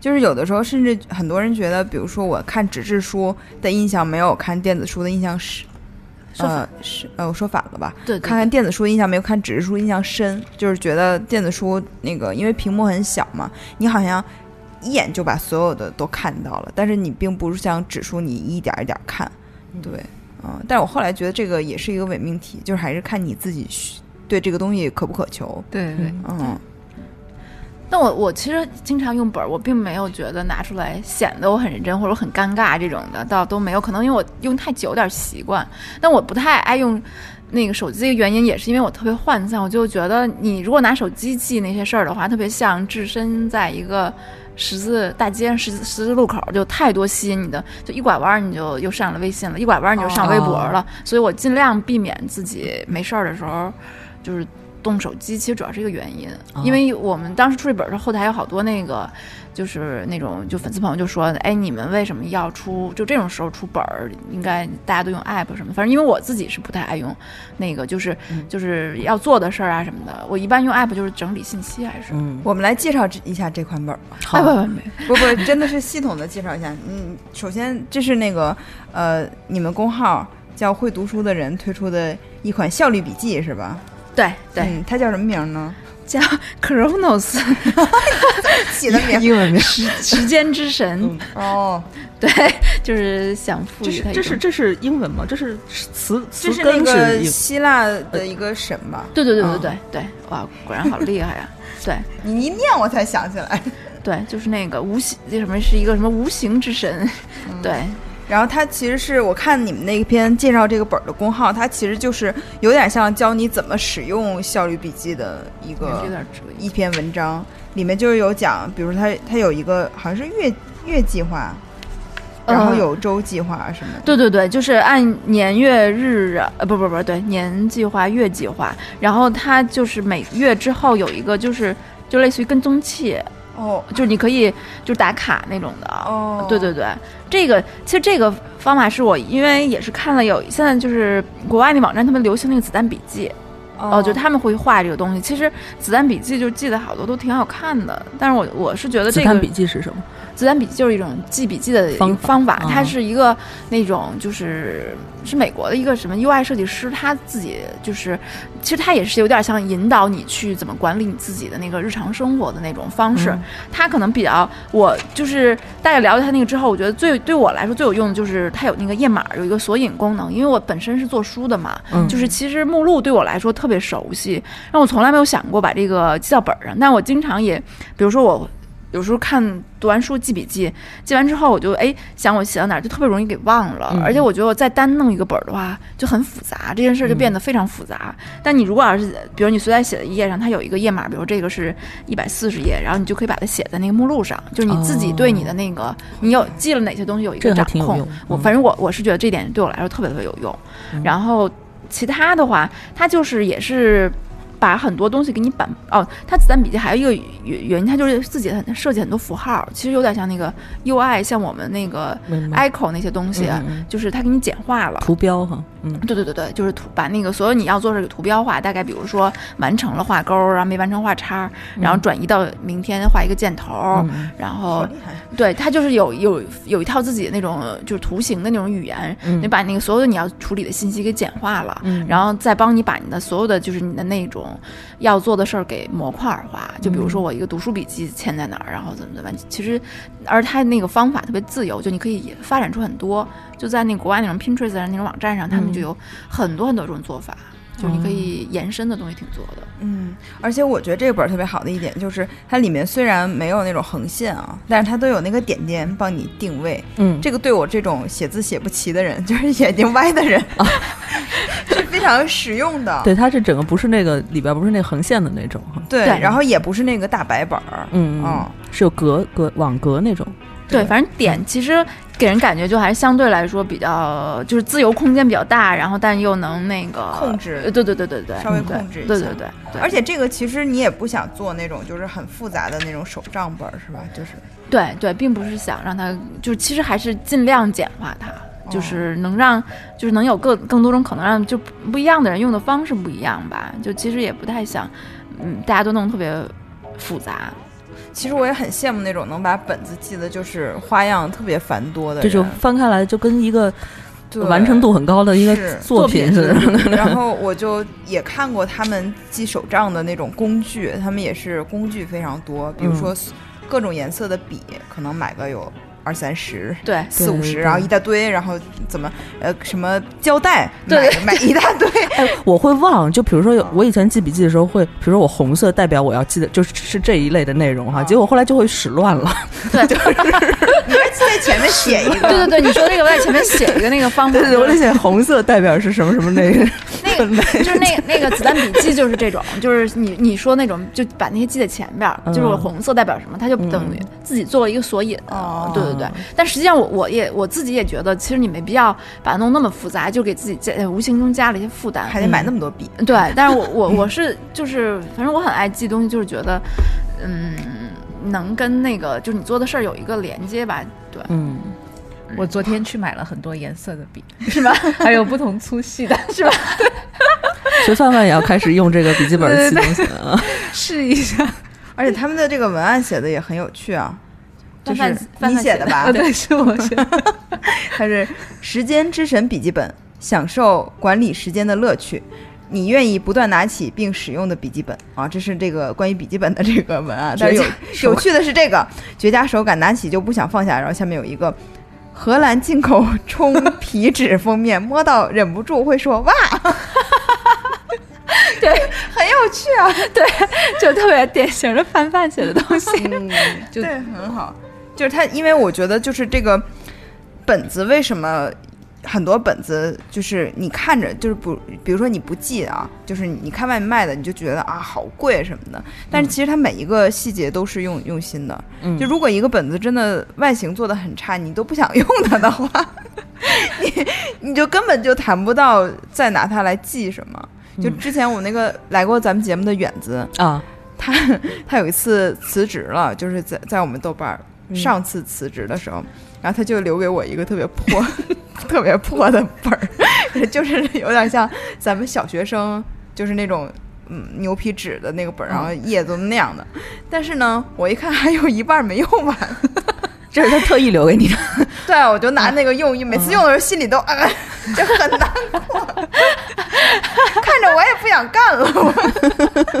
S3: 就是有的时候，甚至很多人觉得，比如说我看纸质书的印象没有看电子书的印象深，
S5: 说法
S3: 呃是呃我说反了吧？
S5: 对，对
S3: 看看电子书的印象没有看纸质书印象深，就是觉得电子书那个因为屏幕很小嘛，你好像一眼就把所有的都看到了，但是你并不是像纸书你一点儿一点儿看，对，嗯、但是我后来觉得这个也是一个伪命题，就是还是看你自己需对这个东西渴不渴求，
S4: 对对，
S3: 嗯，
S5: 但我我其实经常用本儿，我并没有觉得拿出来显得我很认真或者我很尴尬这种的，倒都没有。可能因为我用太久有点习惯，但我不太爱用那个手机的原因也是因为我特别涣散，我就觉得你如果拿手机记那些事儿的话，特别像置身在一个十字大街十字十字路口，就太多吸引你的，就一拐弯儿你就又上了微信了，一拐弯儿你就上微博了。所以我尽量避免自己没事儿的时候就是动手机，其实主要是一个原因，
S2: 啊
S5: 因为我们当时出这本儿的时候，后台有好多那个。就是那种，就粉丝朋友就说，哎，你们为什么要出？就这种时候出本儿，应该大家都用 app 什么？反正因为我自己是不太爱用那个，就是、
S2: 嗯
S5: 就是要做的事儿啊什么的。我一般用 app 就是整理信息，还是、
S2: 嗯，
S3: 我们来介绍这一下这款本儿吧。
S2: 好嗯
S5: 哎不不不，
S3: 不不，真的是系统的介绍一下。嗯，首先这是那个呃，你们公号叫“会读书的人”推出的一款效率笔记是吧？
S5: 对对，
S3: 嗯，它叫什么名呢？
S5: 叫 Chronos
S3: 起的名
S2: 英文 名。
S5: 时时间之神
S2: 嗯，
S3: 哦，
S5: 对，就是想赋
S2: 这
S5: 予
S2: 是
S5: 它一
S2: 这是
S5: 种
S2: 这是英文吗？这是词词
S3: 这是那
S2: 根
S3: 个
S2: 英
S3: 希腊的一个神吧？
S5: 对对对对
S3: 嗯
S5: 对对，哇，果然好厉害啊呀、对
S3: 呃你一念我才想起来。
S5: 对，就是那个无形，那什么是一个什么无形之神，
S3: 嗯
S5: 对，
S3: 然后它其实是我看你们那篇介绍这个本儿的公号，它其实就是有点像教你怎么使用效率笔记的一个
S5: 有点注意。
S3: 一篇文章，里面就是有讲，比如它它有一个好像是月月计划，
S5: 嗯
S3: 然后有周计划什么的。
S5: 对对对，就是按年月日啊呃不不不对，年计划、月计划，然后它就是每月之后有一个就是就类似于跟踪器，
S3: 哦
S5: 就是你可以就是打卡那种的。
S3: 哦
S5: 对对对，这个其实这个方法是我因为也是看了有现在就是国外那网站他们流行那个子弹笔记，
S3: 哦
S5: 哦，就他们会画这个东西。其实《子弹笔记》就记得好多都挺好看的，但是我我是觉得
S2: 子
S5: 这
S2: 弹
S5: 个
S2: 笔记是什么？
S5: 子弹笔记就是一种记笔记的一个
S2: 方法
S5: 方法
S2: 嗯
S5: 它是一个那种就是是美国的一个什么 UI 设计师，他自己就是其实他也是有点像引导你去怎么管理你自己的那个日常生活的那种方式。
S2: 嗯
S5: 他可能比较我就是大概了解他那个之后，我觉得最对我来说最有用的就是他有那个页码有一个索引功能，因为我本身是做书的嘛，
S2: 嗯
S5: 就是其实目录对我来说特别熟悉，但我从来没有想过把这个记到本儿上。但我经常也，比如说我有时候看读完书记笔记，记完之后我就哎想我写到哪儿，就特别容易给忘了。
S2: 嗯
S5: 而且我觉得我再单弄一个本儿的话就很复杂，这件事儿就变
S2: 嗯
S5: 得非常复杂。但你如果要是比如你随便写的一页上，它有一个页码，比如这个是一百四十页，然后你就可以把它写在那个目录上，就是你自己
S2: 哦
S5: 对你的那个、你有记了哪些东西有一
S2: 这
S5: 个
S2: 个还
S5: 掌
S2: 挺有
S5: 控
S2: 用。。
S5: 我
S2: 嗯
S5: 反正我我是觉得这点对我来说特别特别有用。
S2: 嗯
S5: 然后其他的话，它就是也是把很多东西给你板哦，它子弹笔记还有一个原原因，它就是自己很设计很多符号，其实有点像那个 UI，像我们那个
S2: 明白
S5: ICO 那些东西，
S2: 嗯嗯嗯
S5: 就是它给你简化了。
S2: 图标哈，嗯，
S5: 对对对对，就是图把那个所有你要做这个图标化，大概比如说完成了画勾，然后没完成画叉，然后转移到明天画一个箭头，
S2: 嗯
S5: 然
S3: 好
S5: 后
S3: 厉害，
S5: 对，它就是有有有一套自己的那种就是图形的那种语言，
S2: 嗯
S5: 你把那个所有的你要处理的信息给简化了，
S2: 嗯
S5: 然后再帮你把你的所有的就是你的那种要做的事儿给模块化。就比如
S3: 嗯
S5: 说我一个读书笔记嵌在哪儿，然后怎么怎么，其实而它那个方法特别自由，就你可以发展出很多。就在那国外那种 Pinterest 上那种网站上，他们
S3: 嗯
S5: 就有很多很多种做法，就是你可
S3: 哦
S5: 以延伸的东西挺多的。
S3: 嗯，而且我觉得这本儿特别好的一点就是，它里面虽然没有那种横线啊，但是它都有那个点点帮你定位。
S2: 嗯，
S3: 这个对我这种写字写不齐的人， 就是眼睛歪的人， 是非常实用的。
S2: 对，它这整个不是那个里边不是那横线的那种哈，
S3: 对
S5: 对
S3: 然后也不是那个大白本儿，
S2: 嗯
S3: 嗯，
S2: 是有格格网格那种，
S5: 对，
S3: 对嗯
S5: 反正点其实给人感觉就还是相对来说比较就是自由空间比较大，然后但又能那个
S3: 控制
S5: 呃对对对对对，
S3: 稍微
S5: 对
S3: 控制一
S5: 对
S3: 下
S5: 对对对，
S3: 而且这个其实你也不想做那种就是很复杂的那种手账本儿，是吧？就是
S5: 对对，并不是想让它，就是其实还是尽量简化它，就
S3: 哦
S5: 是能让就是能有更更多种可能让就不一样的人用的方式不一样吧，就其实也不太想，嗯，大家都弄得特别复杂，
S3: 其实我也很羡慕那种能把本子记得就是花样特别繁多的
S2: 这
S3: 人，
S2: 就翻开来就跟一个
S3: 对
S2: 完成度很高的一
S3: 是
S2: 个作品似的。
S3: 然后我就也看过他们记手账的那种工具，他们也是工具非常多，比如说各种颜色的笔，可能买个有二三十。
S5: 对
S3: 四五
S2: 对
S3: 十，
S2: 对
S3: 然后一大堆，然后怎么呃什么胶带，
S5: 对
S3: 买买一大堆，
S2: 哎我会忘，就比如说有
S3: 嗯
S2: 我以前记笔记的时候会，比如说我红色代表我要记的就是是这一类的内容哈，
S3: 啊
S2: 结果后来就会使乱了。
S5: 对对
S3: 在前面写一个，
S5: 对对，你说那个我在前面写一个那个方法，
S2: 对对
S3: 嗯
S2: 对，我得写红色代表是什么什么那个。
S5: 那个 就是那那个子弹笔记就是这种，就是你你说那种就把那些记在前边儿，
S2: 嗯
S5: 就是我红色代表什么，它就等于自己做了一个索引。
S3: 哦
S5: 对对对。但实际上我我也我自己也觉得，其实你没必要把它弄那么复杂，就给自己加呃无形中加了一些负担。
S3: 还得买那么多笔，
S5: 对，但是我我 我是就是，反正我很爱记东西，就是觉得，嗯，能跟那个就是你做的事儿有一个连接吧。对，
S2: 嗯，
S4: 我昨天去买了很多颜色的 笔，是吧？还有不同粗细 的，是吧？
S2: 所以范范也要开始用这个笔记本儿记东西了啊。
S4: 试一下，
S3: 而且他们的这个文案写的也很有趣啊，就
S5: 翻
S3: 是
S5: 翻翻
S3: 你
S5: 翻
S3: 写的 吧？
S4: 啊呃对，是我写的。
S3: 它是《时间之神笔记本》，享受管理时间的乐趣。你愿意不断拿起并使用的笔记本啊，这是这个关于笔记本的这个文啊案。但是有有趣的是这个绝佳手感，拿起就不想放下。然后下面有一个荷兰进口 冲皮纸封面，摸到忍不住会说哇，
S5: 对，
S3: 很有趣啊，
S5: 就特别典型的范范写的东西。
S3: 嗯，对，很好。就是它，因为我觉得就是这个本子为什么很多本子就是你看着就是不，比如说你不记啊，就是你看外面卖的，你就觉得啊好贵什么的，但是其实它每一个细节都是用用心的。
S2: 嗯
S3: 就如果一个本子真的外形做的很差，你都不想用它的话， 你你就根本就谈不到再拿它来记什么。就之前我那个来过咱们节目的远子，
S2: 啊，
S3: 他他有一次辞职了，就是在在我们豆瓣儿上次辞职的时候，然后他就留给我一个特别破、 特别破的本儿，就是有点像咱们小学生就是那种嗯牛皮纸的那个本儿，然后叶子那样的。但是呢，我一看还有一半没用完，
S2: 这是他特意留给你的。
S3: 对啊我就拿那个用，每次用的时候心里都啊、 就很难过， 看着我也不想干了。我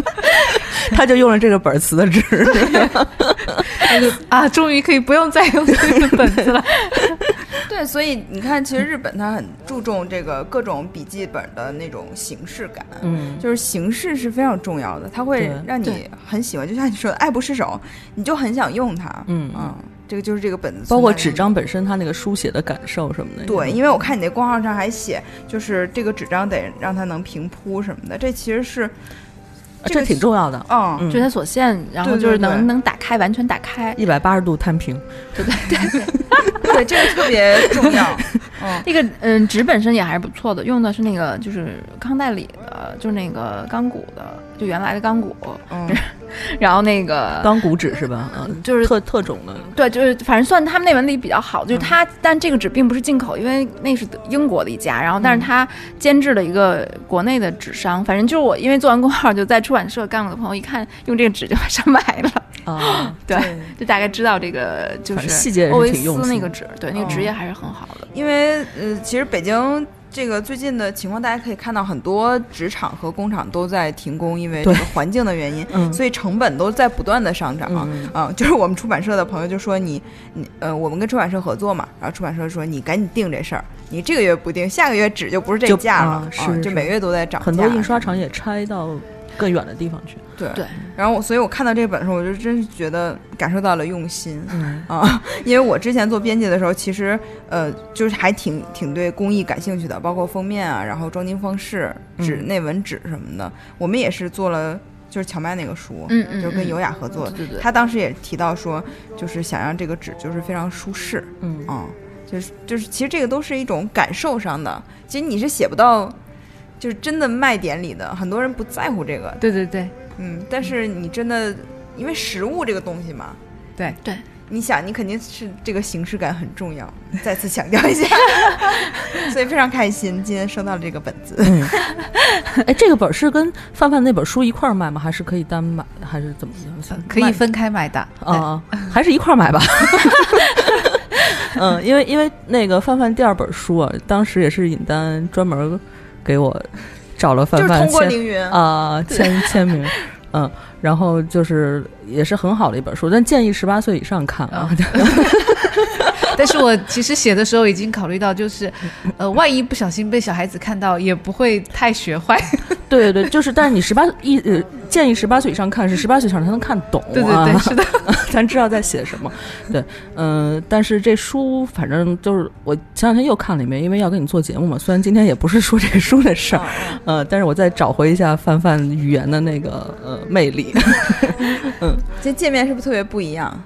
S2: 他就用了这个本儿辞的职。
S4: 啊，终于可以不用再用这个本子了。
S3: 对，所以你看，其实日本它很注重这个各种笔记本的那种形式感，
S2: 嗯，
S3: 就是形式是非常重要的，它会
S2: 对
S3: 让你
S5: 对
S3: 很喜欢，就像你说的爱不释手，你就很想用它。
S2: 嗯
S3: 这个就是这个本子，
S2: 包括纸。张本身，它那个书写的感受什么的。
S3: 对，因为我看你那公号上还写，就是这个纸张得让它能平铺什么的，这其实是，
S2: 啊
S3: 这个
S2: 这挺重要的。
S3: 嗯，
S2: 嗯
S5: 就它所限，然后
S3: 对
S5: 就是
S3: 对对
S5: 能能打开，完全打 开。
S2: 一百八十度摊平，
S3: 对，这个特别 重要。嗯，
S5: 那个嗯，纸本身也还是不错的，用的是那个就是康代理的，就是那个钢骨的，就原来的钢骨，
S3: 嗯，
S5: 然后那个
S2: 钢骨纸是吧？嗯，
S5: 就是
S2: 特特种的。
S5: 对，就是反正算他们那文理比较好，
S2: 嗯
S5: 就是它，但这个纸并不是进口，因为那是德英国的一家，然后
S2: 嗯
S5: 但是它监制了一个国内的纸商，反正就是我因为做完工号就在出版社干过的朋友，一看用这个纸就马上买了，
S3: 嗯
S2: 啊，
S5: 对，就大概知道这个就
S2: 反
S5: 是
S2: 正细节也是
S5: 欧维
S2: 挺用
S5: 斯那
S2: 心
S5: 个纸，对，那个
S3: 哦
S5: 职业还是很好的，
S3: 因为呃，其实北京这个最近的情况，大家可以看到很多职场和工厂都在停工，因为这
S2: 对
S3: 个环境的原因，
S2: 嗯
S3: 所以成本都在不断的上涨。
S2: 嗯
S3: 啊，就是我们出版社的朋友就说你，你呃，我们跟出版社合作嘛，然后出版社说你赶紧定这事儿，你这个月不定，下个月纸就不是这
S2: 就
S3: 价了，
S2: 啊是
S3: 啊
S2: 是
S3: 就每月都在涨价。
S2: 很多印刷厂也拆到更远的地方去。
S3: 对
S5: 对。
S3: 然后我，所以我看到这本的时候，我就真是觉得感受到了用心。
S2: 嗯，
S3: 啊，因为我之前做编辑的时候，其实呃，就是还挺挺对工艺感兴趣的，包括封面啊，然后装订方式、纸、
S2: 嗯
S3: 内文纸什么的，我们也是做了，就是荞麦那个书，
S5: 嗯嗯，
S3: 就跟
S5: 嗯
S3: 优雅合作，
S5: 对对对，
S3: 他当时也提到说，就是想让这个纸就是非常舒适，
S2: 嗯
S3: 啊，就是就是其实这个都是一种感受上的，其实你是写不到。就是真的卖点里的，很多人不在乎这个，
S4: 对对对，
S3: 嗯，但是你真的，因为食物这个东西嘛，
S4: 对
S5: 对，
S3: 你想，你肯定是这个形式感很重要，再次强调一下， 所以非常开心今天收到了这个本子，
S2: 哎，这个本儿是跟范范那本书一块儿卖吗？还是可以单买？还是怎么
S3: 呃
S2: 样？
S4: 可以分开买的。
S2: 啊，
S3: 哎
S2: 还是一块儿 买吧。嗯，因为因为那个范范第二本书啊，当时也是尹丹专门给我找了
S3: 就
S2: 范
S3: 是
S2: 范
S3: 通过
S2: 签
S3: 凌云，
S2: 啊、 签签名，嗯，然后就是也是很好的一本书，但建议十八岁以上看啊。
S3: 哦
S4: 但是我其实写的时候已经考虑到，就是，呃，万一不小心被小孩子看到，也不会太学坏。
S2: 对对对，就是，但是你十八一呃，建议十八岁以上看是十八岁以上才能看懂、啊，
S4: 对对对，是的，
S2: 咱知道在写什么。对，嗯、但是这书反正就是我前两天又看了一遍，因为要跟你做节目嘛。虽然今天也不是说这个书的
S3: 嗯
S2: 事儿，
S4: 嗯
S2: 呃，但是我再找回一下范范语言的那个呃魅力。
S3: 这界面是不是特别不一样？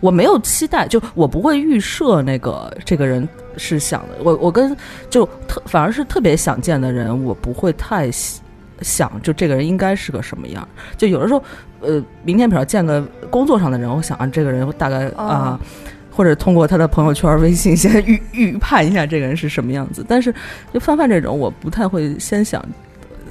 S2: 我没有期待，就我不会预设那个这个人是想的。我我跟就特反而是特别想见的人，我不会太喜想就这个人应该是个什么样儿。就有的时候，呃，明天比如见个工作上的人，我想啊，这个人大概
S3: 哦
S2: 啊。或者通过他的朋友圈、微信先 预预判一下这个人是什么样子，但是就范范这种，我不太会先想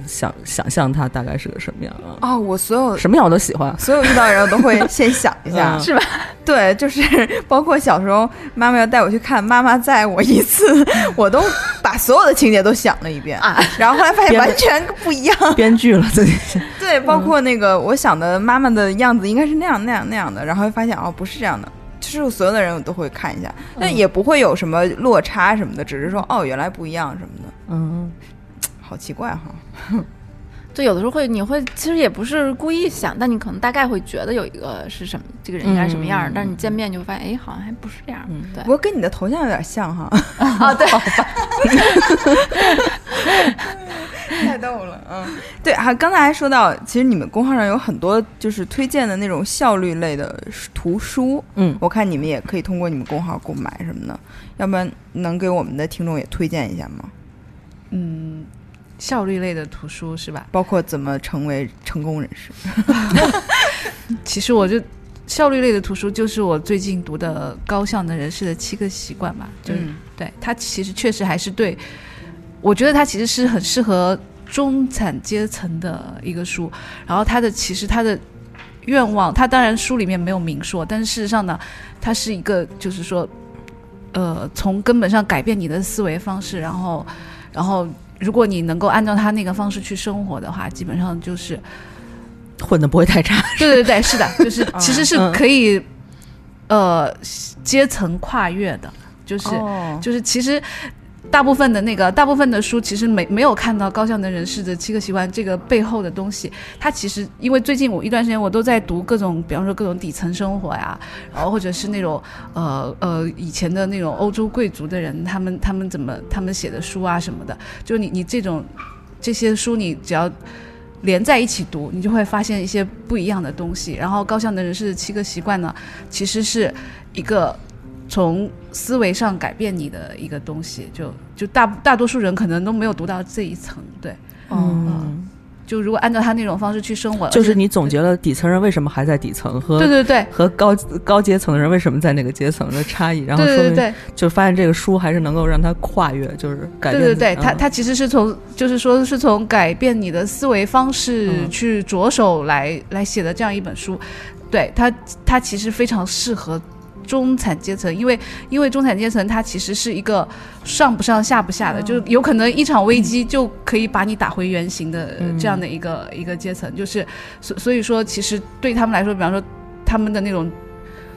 S2: 想想象他大概是个什么样啊，
S3: 哦，我所有
S2: 什么样我都喜欢。
S3: 所有遇到的人我都会先想一下，
S2: 嗯
S5: 是吧？
S3: 对，就是 包括小时候妈妈要带我去看《妈妈在我一次》，我都把所有的情节都想了一遍
S5: 啊，
S3: 然后后来发现
S2: 编
S3: 完
S2: 的
S3: 全不一样。嗯
S2: 编剧了自己，
S3: 对，包括那个我想的妈妈的样子应该是那样那样那样的，然后会发现哦不是这样的，就是所有的人我都会看一下，但
S2: 嗯
S3: 也不会有什么落差什么的，只是说哦原来不一样什么的，
S2: 嗯，
S3: 好奇怪哈。
S5: 就有的时候会，你会其实也不是故意想，但你可能大概会觉得有一个是什么，这个人应该是什么样儿，
S2: 嗯
S5: 但是你见面就会发现，哎，好像还不是这样儿。对
S3: 不，过跟你的头像有点像哈，
S5: 啊，对，
S3: 太逗了，嗯，对，还刚才还说到，其实你们公号上有很多就是推荐的那种效率类的图书，
S2: 嗯
S3: 我看你们也可以通过你们公号购买什么的，要不然能给我们的听众也推荐一下吗？
S4: 嗯，效率类的图书是吧？
S3: 包括怎么成为成功人士，
S4: 其实我就效率类的图书就是我最近读的《高效能人士的七个习惯》
S3: 嗯
S4: 吧，就是、对它其实确实还是对，我觉得它其实是很适合中产阶层的一个书，然后他的其实他的愿望，他当然书里面没有明说，但是事实上呢，他是一个就是说，呃，从根本上改变你的思维方式，然后，然后如果你能够按照他那个方式去生活的话，基本上就是，
S2: 混的不会太差。
S4: 对对对，是的，就是其实是
S2: 嗯
S4: 可以，呃，阶层跨越的，就是。
S3: 哦
S4: 就是其实大部分的那个大部分的书，其实没没有看到高效能人士的七个习惯这个背后的东西。它其实因为最近我一段时间我都在读各种，比方说各种底层生活呀，然后或者是那种呃呃以前的那种欧洲贵族的人，他们他们怎么他们写的书啊什么的，就你你这种这些书，你只要。连在一起读，你就会发现一些不一样的东西。然后，高效能人士的七个习惯呢，其实是一个从思维上改变你的一个东西，就就大大多数人可能都没有读到这一层，对，
S2: 嗯，
S4: 就如果按照他那种方式去生活，
S2: 就是
S4: 而且
S2: 你总结了底层人为什么还在底层和
S4: 对对对
S2: 和高高阶层的人为什么在那个阶层的差异，然后
S4: 对
S2: 说
S4: 对
S2: 明
S4: 对
S2: 就发现这个书还是能够让他跨越，就是改
S4: 对
S2: 变自
S4: 对
S2: 己。
S4: 对，他
S2: 嗯
S4: 他其实是从就是说是从改变你的思维方式
S2: 嗯
S4: 去着手来来写的这样一本书，对他他其实非常适合。中产阶层，因为因为中产阶层，它其实是一个上不上下不下
S2: 嗯
S4: 的，就是有可能一场危机就可以把你打回原形的、
S2: 嗯
S4: 这样的一个一个阶层，就是所所以说，其实对他们来说，比方说他们的那种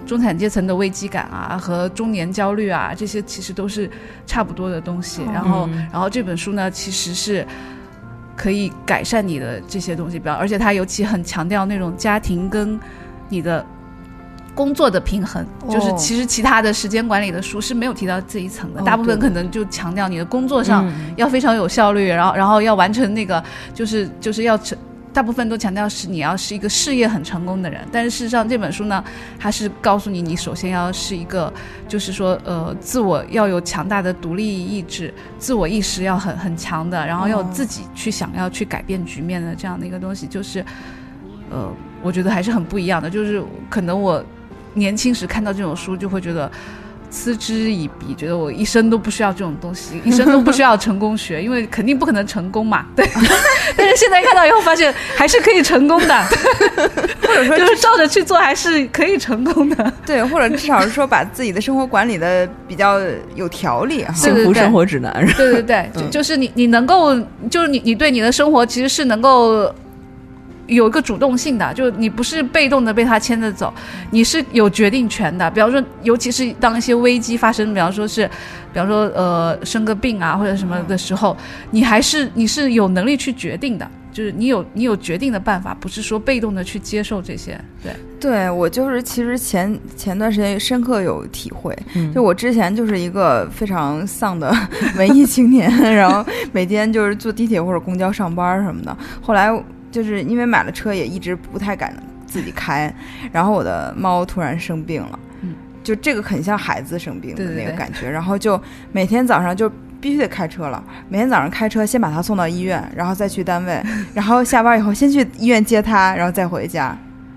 S4: 中产阶层的危机感啊，和中年焦虑啊，这些其实都是差不多的东西。
S2: 哦嗯
S4: 然后，然后这本书呢，其实是可以改善你的这些东西，比方，而且它尤其很强调那种家庭跟你的。工作的平衡，就是
S3: 哦
S4: 其实其他的时间管理的书是没有提到这一层的，
S2: 哦
S4: 大部分
S2: 对
S4: 可能就强调你的工作上
S2: 嗯
S4: 要非常有效率，然后然后要完成那个就是就是要成。大部分都强调是你要是一个事业很成功的人，但是事实上这本书呢，它是告诉你，你首先要是一个，就是说，呃，自我要有强大的独立意志，自我意识要很很强的，然后要有
S3: 哦
S4: 自己去想要去改变局面的这样的一个东西，就是，呃，我觉得还是很不一样的。就是可能我年轻时看到这种书，就会觉得嗤之以鼻，觉得我一生都不需要这种东西，一生都不需要成功学，因为肯定不可能成功嘛。对，但是现在看到以后发现还是可以成功 的，或者说就是照着去做还是可以成功的。
S3: 对，或者至少是说把自己的生活管理的比较有条理哈。
S4: 对
S2: 幸福生活指南，
S4: 对对对，就就是你你能够，就是你你对你的生活其实是能够。有一个主动性的，就你不是被动的被他牵着走，你是有决定权的。比方说，尤其是当一些危机发生，比方说是，比方说呃生个病啊或者什么的时候，你还是你是有能力去决定的，就是你有你有决定的办法，不是说被动的去接受这些。对，
S3: 对我就是其实前前段时间深刻有体会，
S2: 嗯
S3: 就我之前就是一个非常丧的文艺青年，然后每天就是坐地铁或者公交上班什么的。后来就是因为买了车，也一直不太敢自己开，然后我的猫突然生病了，
S4: 嗯
S3: 就这个很像孩子生病的
S4: 对对
S3: 那个
S4: 对
S3: 感觉，然后就每天早上就。必须得开车了，每天早上开车，先把他送到医院，然后再去单位， 然后下班以后先去医院接他，然后再回家，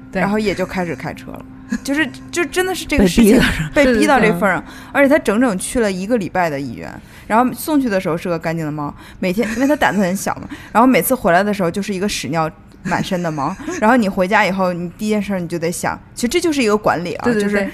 S4: 对
S3: 然后也就开始开车 了，就是就真的是这个
S2: 被
S3: 事
S2: 逼
S3: 情
S2: 的
S3: 被逼到这
S2: 对
S3: 份儿上，而且他整整去了一个礼拜的医院，然后送去的时候是个干净的猫，每天因为他胆子很小嘛，然后每次回来的时候就是一个屎尿满身的猫，然后你回家以后，你第一件事儿你就得想，其实这就是一个管理啊，
S4: 对对
S3: 就是
S4: 对。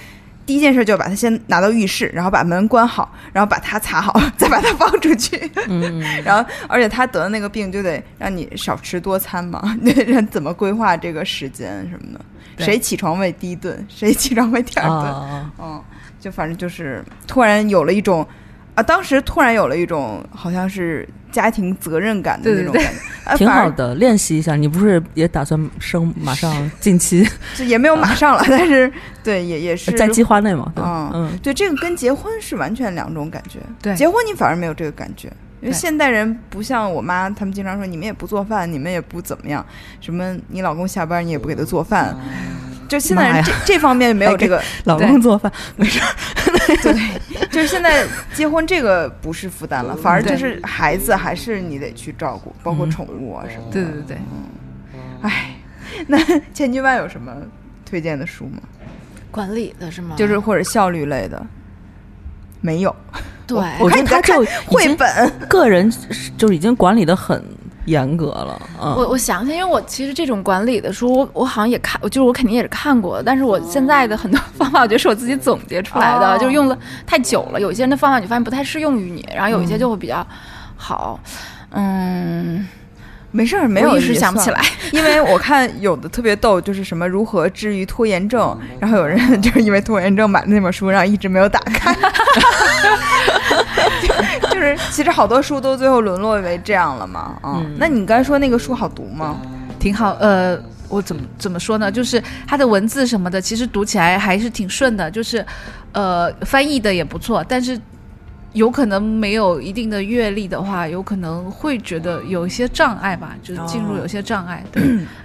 S3: 第一件事就把它先拿到浴室，然后把门关好，然后把它擦好， 再把它放出去。
S2: 嗯，
S3: 然后，而且他得的那个病就得让你少吃多餐嘛， 那人怎么规划这个时间什么的？
S4: 对
S3: 谁起床喂第一顿，谁起床喂第二顿？
S2: 啊，
S3: 嗯，就反正就是突然有了一种啊，当时突然有了一种好像是家庭责任感的
S4: 对
S3: 那
S4: 对
S3: 种
S4: 对
S3: 感觉，啊
S2: 挺
S3: 反而
S2: 好的，练习一下。你不是也打算生马上近期
S3: 就也没有马上了， 但是对也也是
S2: 在计划内嘛？对
S3: 嗯
S2: 吧，嗯，
S3: 对，这个跟结婚是完全两种感觉。
S4: 对
S3: 结婚你反而没有这个感觉，因为
S4: 对
S3: 现代人不像我妈，他们经常说你们也不做饭，你们也不怎么样，什么你老公下班你也不给他做饭，就现在
S2: 妈
S3: 人
S2: 呀
S3: 这这方面没有这个，
S2: 老
S4: 对
S2: 公做饭，
S3: 对，就是现在结婚这个不是负担了，反而就
S4: 对
S3: 是孩子还是你得去照顾，包括
S2: 嗯
S3: 宠物啊什么的。
S4: 对对对，
S3: 哎， 那千军万有什么推荐的书吗？
S5: 管理的是吗？
S3: 就是或者效率类的，没有。
S5: 对，
S2: 我觉
S3: 看
S2: 得
S3: 你
S2: 他
S3: 在看
S2: 就已
S3: 绘
S2: 经
S3: 本，
S2: 个人就是已经管理的很严格了。嗯，
S5: 我我想想，因为我其实这种管理的书，我我好像也看，就是我肯定也是看过的，但是我现在的很多方法，我觉得是我自己总结出来的，
S3: 哦
S5: 就是用了太久了，有一些人的方法你发现不太适用于你，然后有一些就会比较好，嗯，
S3: 没事儿，没
S5: 我
S3: 有
S5: 一时
S3: 也
S5: 想不
S3: 算
S5: 起来。
S3: 因为我看有的特别逗，就是什么如何治愈拖延症，
S5: 嗯
S3: 然后有人就是因为拖延症买了那本书，然后一直没有打 开，就就是其实好多书都最后沦落为这样了嘛。啊、
S2: 嗯
S3: 那你刚才说那个书好读吗？
S5: 嗯
S4: 挺好。呃，我怎么怎么说呢？就是它的文字什么的，其实读起来还是挺顺的，就是呃翻译的也不错，但是。有可能没有一定的阅历的话，有可能会觉得有一些障碍吧，就是进入有些障碍。对，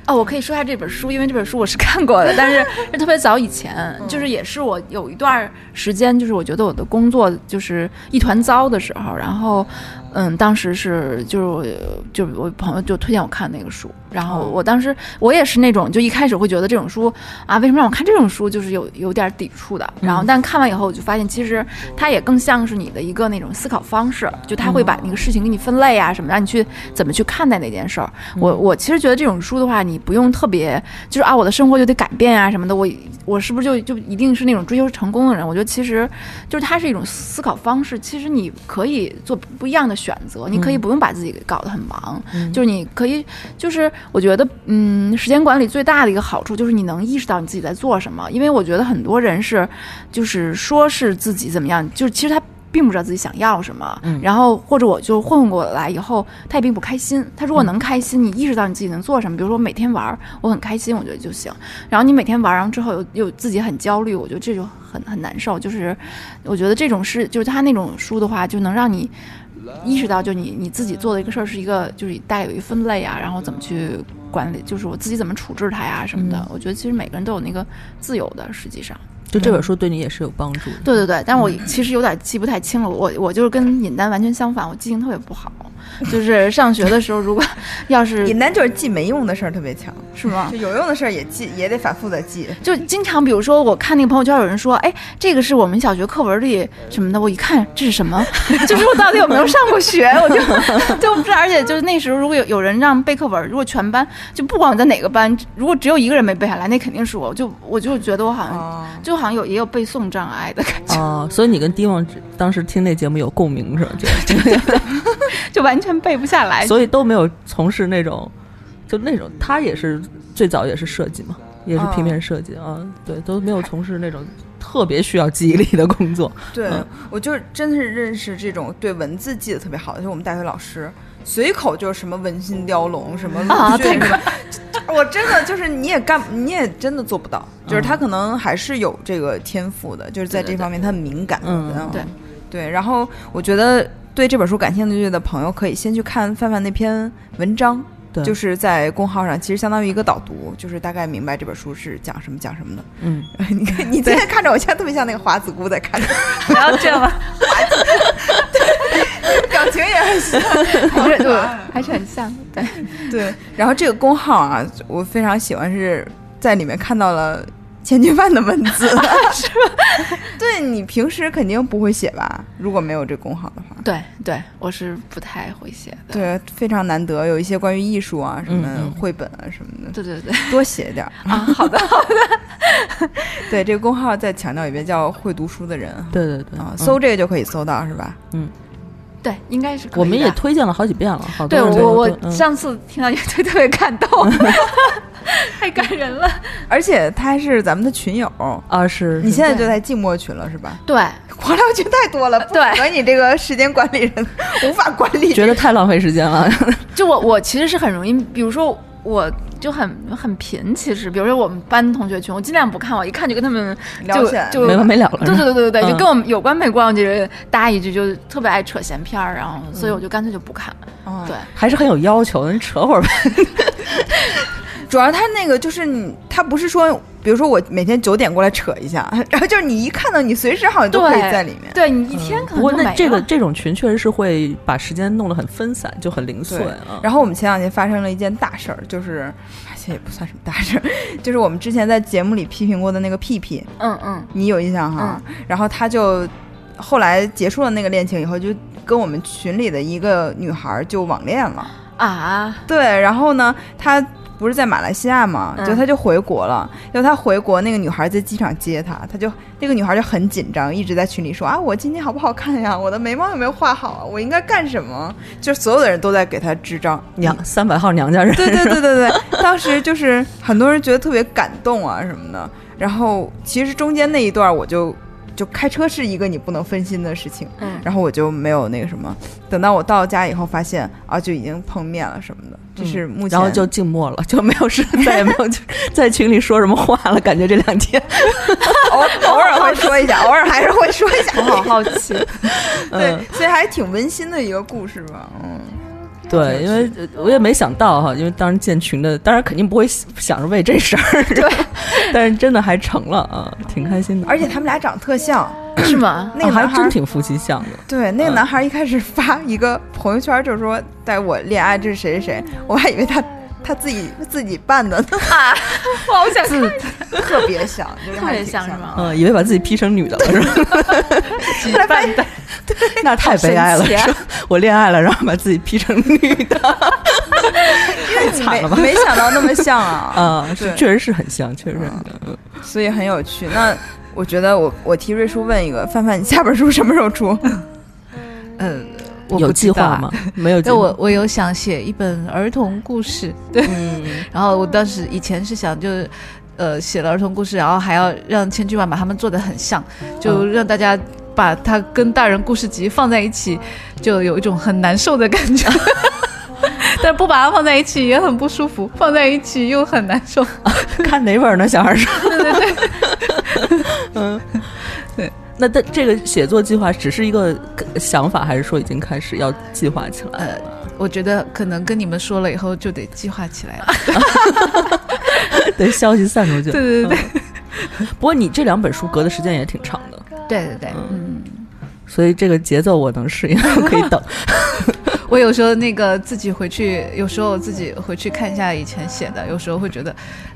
S5: 哦，我可以说一下这本书，因为这本书我是看过的，但是是特别早以前，就是也是我有一段时间，就是我觉得我的工作就是一团糟的时候，然后，嗯，当时是就是我就我朋友就推荐我看那个书，然后我当时我也是那种就一开始会觉得这种书啊，为什么让我看这种书，就是有有点抵触的，然后但看完以后我就发现，其实它也更像是你的一个那种思考方式，就它会把那个事情给你分类啊什么，让你去怎么去看待那件事儿。我我其实觉得这种书的话，你不用特别就是啊，我的生活就得改变啊什么的。我我是不是就就一定是那种追求成功的人？我觉得其实就是它是一种思考方式。其实你可以做不一样的选择，你可以不用把自己给搞得很忙，就是你可以就是我觉得嗯，时间管理最大的一个好处就是你能意识到你自己在做什么。因为我觉得很多人是就是说是自己怎么样，就是其实他。并不知道自己想要什么，然后或者我就混混过来以后，他也并不开心。他如果能开心，你意识到你自己能做什么，比如说我每天玩儿，我很开心，我觉得就行。然后你每天玩儿，然后之后又又自己很焦虑，我觉得这就很很难受。就是我觉得这种事，就是他那种书的话，就能让你意识到，就你你自己做的一个事儿是一个，就是带有一分类啊，然后怎么去管理，就是我自己怎么处置它呀什么的。我觉得其实每个人都有那个自由的，实际上。
S2: 就这本书对你也是有帮助的。
S5: 对对对，但我其实有点记不太清了。我我就是跟尹丹完全相反，我记性特别不好。就是上学的时候，如果要是
S3: 尹丹就是记没用的事儿特别强，
S5: 是吗
S3: 就？有用的事儿也记，也得反复的记。
S5: 就经常，比如说，我看那个朋友圈，有人说，哎，这个是我们小学课文里什么的，我一看这是什么，就是我到底有没有上过学，我就 就不知道。而且就是那时候，如果有有人让背课文，如果全班就不管我在哪个班，如果只有一个人没背下来，那肯定是我。就我就觉得我好像、
S3: 哦，
S5: 就好像有也有背诵障碍的 感觉，
S2: 哦，所以你跟迪旺当时听那节目有共鸣是吧？就
S5: 就完全背不下来。
S2: 所以都没有从事那种，就那种他也是最早也是设计嘛，也是平面设计啊，对，都没有从事那种特别需要记忆力的工作。
S3: 对
S2: 嗯，
S3: 我就是真的是认识这种对文字记得特别好的，就是我们大学老师，随口就是什么文心雕龙，什么
S5: 啊
S3: 鲁迅，什么，我真的就是你也干，你也真的做不到。就是他可能还是有这个天赋的，就是在
S5: 嗯对对
S3: 这方面他很敏感。
S2: 嗯
S5: 对
S3: 对，然后我觉得对这本书感兴趣的朋友可以先去看范范那篇文章。
S2: 对
S3: 就是在公号上，其实相当于一个导读，就是大概明白这本书是讲什么讲什么的。
S2: 嗯，
S3: 你看，你现在看着我，现在特别像那个华子姑在看着我，
S5: 不要这样吧。
S3: 表情也很像。
S5: 还是 对，还是很像。对，
S3: 对，然后这个工号啊，我非常喜欢，是在里面看到了钱军范的文 字，是吧？ 对你平时肯定不会写吧？如果没有这工号的话，
S5: 对对，我是不太会写的。
S3: 对，非常难得有一些关于艺术啊、什
S2: 嗯
S3: 么
S2: 嗯
S3: 绘本啊什么的，
S5: 对对对
S3: 多写点儿。
S5: 啊，好的，
S3: 对，这个工号再强调一遍，叫会读书的人
S2: 对对对，
S3: 啊，
S2: 嗯
S3: 搜这个就可以搜到，是吧？
S5: 对，应该是可以的。啊
S2: 我们也推荐了好几遍了，好多
S5: 对
S2: 人都
S5: 我
S2: 都
S5: 我
S2: 嗯
S5: 上次听到乐队特别感动， 太感人了。
S3: 而且他还是咱们的群友。
S5: 嗯
S2: 啊是，
S3: 你
S2: 是
S3: 现在就在静默群了是吧？
S5: 对，
S3: 黄聊群太多了，不
S5: 对
S3: 符合你这个时间管理 人无法管理。
S2: 觉得太浪费时间了，
S5: 就我我其实是很容易，比如说我就很很贫，其实比如说我们班同学群，我尽量不看，我一看就跟他们
S3: 聊
S5: 就
S3: 起来
S5: 就
S2: 没完没了了。
S5: 对
S2: 是吧
S5: 对对对对，
S2: 嗯
S5: 就跟我们有关没关，就是搭一句就特别爱扯闲篇儿，然后所以我就干脆就不看。
S3: 哦
S5: 对，
S2: 还是很有要求的，你扯会儿呗。
S3: 主要他那个就是你，他不是说，比如说我每天九点过来扯一下， 然后就是你一看到你随时好像都可以
S5: 对
S3: 在里面。
S5: 对你一天可
S2: 不过
S5: 能就没
S2: 嗯那这个
S5: 了
S2: 这种群确实是会把时间弄得很分散，就很零碎
S3: 对
S2: 啊。
S3: 然后我们前两天发生了一件大事儿，就是而且也不算什么大事儿， 就是我们之前在节目里批评过的那个屁屁，
S5: 嗯嗯
S3: 你有印象哈？然后他就后来结束了那个恋情以后，就跟我们群里的一个女孩儿就网恋了。
S5: 啊，
S3: 对，然后呢，他不是在马来西亚嘛，
S5: 嗯
S3: 就他就回国了。就他回国，那个女孩在机场接他，他就那个女孩就很紧张，一直在群里说啊，我今天好不好看呀？我的眉毛有没有画好啊？我应该干什么？就所有的人都在给他支招。
S2: 娘三百号娘家人，
S3: 对对对对对，当时就是很多人觉得特别感动啊什么的。然后其实中间那一段，我就就开车是一个你不能分心的事情，
S5: 嗯
S3: 然后我就没有那个什么。等到我到家以后，发现啊就已经碰面了什么的，这是目
S2: 嗯
S3: 前。
S2: 然后就静默了， 就没有事，再也没有在群里说什么话了。感觉这两 天，
S3: 偶偶尔会说一下， 偶尔还是会说一下。
S5: 我好好 奇，
S3: 对
S2: 嗯，，
S3: 所以还挺温馨的一个故事吧。嗯，
S2: 对，因为呃我也没想到哈，因为当时建群的，当然肯定不会想想着为这事儿，对， 但是真的还成了啊，挺开心的。
S3: 而且他们俩长特像，
S5: 是吗？
S3: 那个
S2: 啊
S3: 男
S2: 还
S3: 孩
S2: 真
S3: 儿。
S2: 挺夫妻相的，
S3: 对，那个
S2: 嗯
S3: 男孩儿一开始发一个朋友圈，就是说带我恋爱，这是谁谁 谁，我还以为他他自己自己办的呢，
S5: 我好想
S2: 自
S3: 特别像，就是
S5: 特
S3: 还
S5: 别
S3: 挺
S5: 像是
S3: 的？
S5: 吗？
S2: 嗯，以为把自己 P 成女的了，是吧？
S3: 后来发现
S2: 那太悲哀了。
S5: 神奇啊
S2: 说 我恋爱了，然后把自己 P 成女 的，太惨了吧
S3: 没？没想到那么 像啊，
S2: 啊，是
S3: 对
S2: 确实是很像，确实是很像。嗯
S3: 所以很有趣。那我觉得我我替瑞叔问一个，范范，你下本书什么时候出？
S4: 嗯，我
S2: 有
S4: 不知
S2: 计划
S4: 道
S2: 吗？？没有计
S4: 但
S2: 划。
S4: 我我有想写一本儿童故事，对， 然后我当时以前是想就是。呃，写了儿童故事，然后还要让千军万马他们做的很像，就让大家把它跟大人故事集放在一起，就有一种很难受的感 觉。但不把它放在一起也很不舒服，放在一起又很难受。
S2: 看哪本呢？小孩说，对对对， 嗯，
S4: 对。
S2: 那但这个写作计划只是一个想法，还是说已经开始要计划起来？
S4: 呃，我觉得可能跟你们说了以后就得计划起来了。
S2: 呃对，消息散出去。
S4: 对 对对
S2: 嗯不过你这两本书隔的时间也挺长的，
S4: 对对对，嗯。
S2: 所以这个节奏我能适应，我可以 等。
S4: 我有时候那个自己回去，有时候自己回去看一下以前写的，有时候会觉得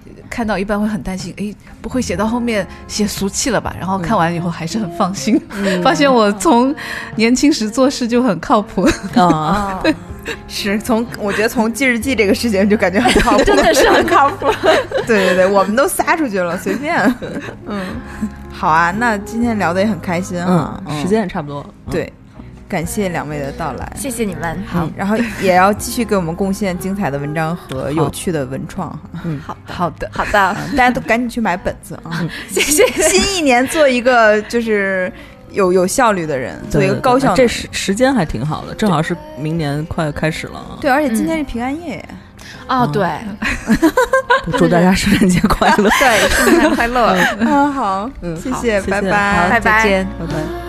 S4: 呃看到一半会很担心，诶，不会写到后面写俗气了吧？然后看完以后还是很放心，发现我从年轻时做事就很靠谱，
S2: 啊，
S5: 哦
S3: 啊，是从我觉得从记日记这个事情就感觉很靠谱，
S5: 真的 是很靠谱。
S3: 对对对，我们都撒出去了，随便。 嗯，好啊，那今天聊的也很开心啊
S2: 嗯，，时间也差不多。嗯，
S3: 对，感谢两位的到来。
S5: 谢谢你们，
S2: 好，
S3: 然后也要继续给我们贡献精彩的文章和有趣的文创哈，嗯
S5: 好好的好的，
S3: 大家都赶紧去买本子啊！
S5: 谢谢。
S3: 新一年做一个就是有有效率的人，做
S2: 对
S3: 一个
S2: 对
S3: 高
S2: 对
S3: 效能。
S2: 这时时间还挺好的，正好是明年快开始了 啊。
S3: 对，而且今天是平安夜，
S5: 哦，对
S2: 祝大家圣诞节 快乐，
S5: 对，圣诞快乐，
S3: 嗯，好，
S2: 嗯
S3: 谢
S2: 好谢谢
S3: 拜
S2: 好
S3: 拜
S5: 拜。拜。
S4: 再见。
S2: 拜拜。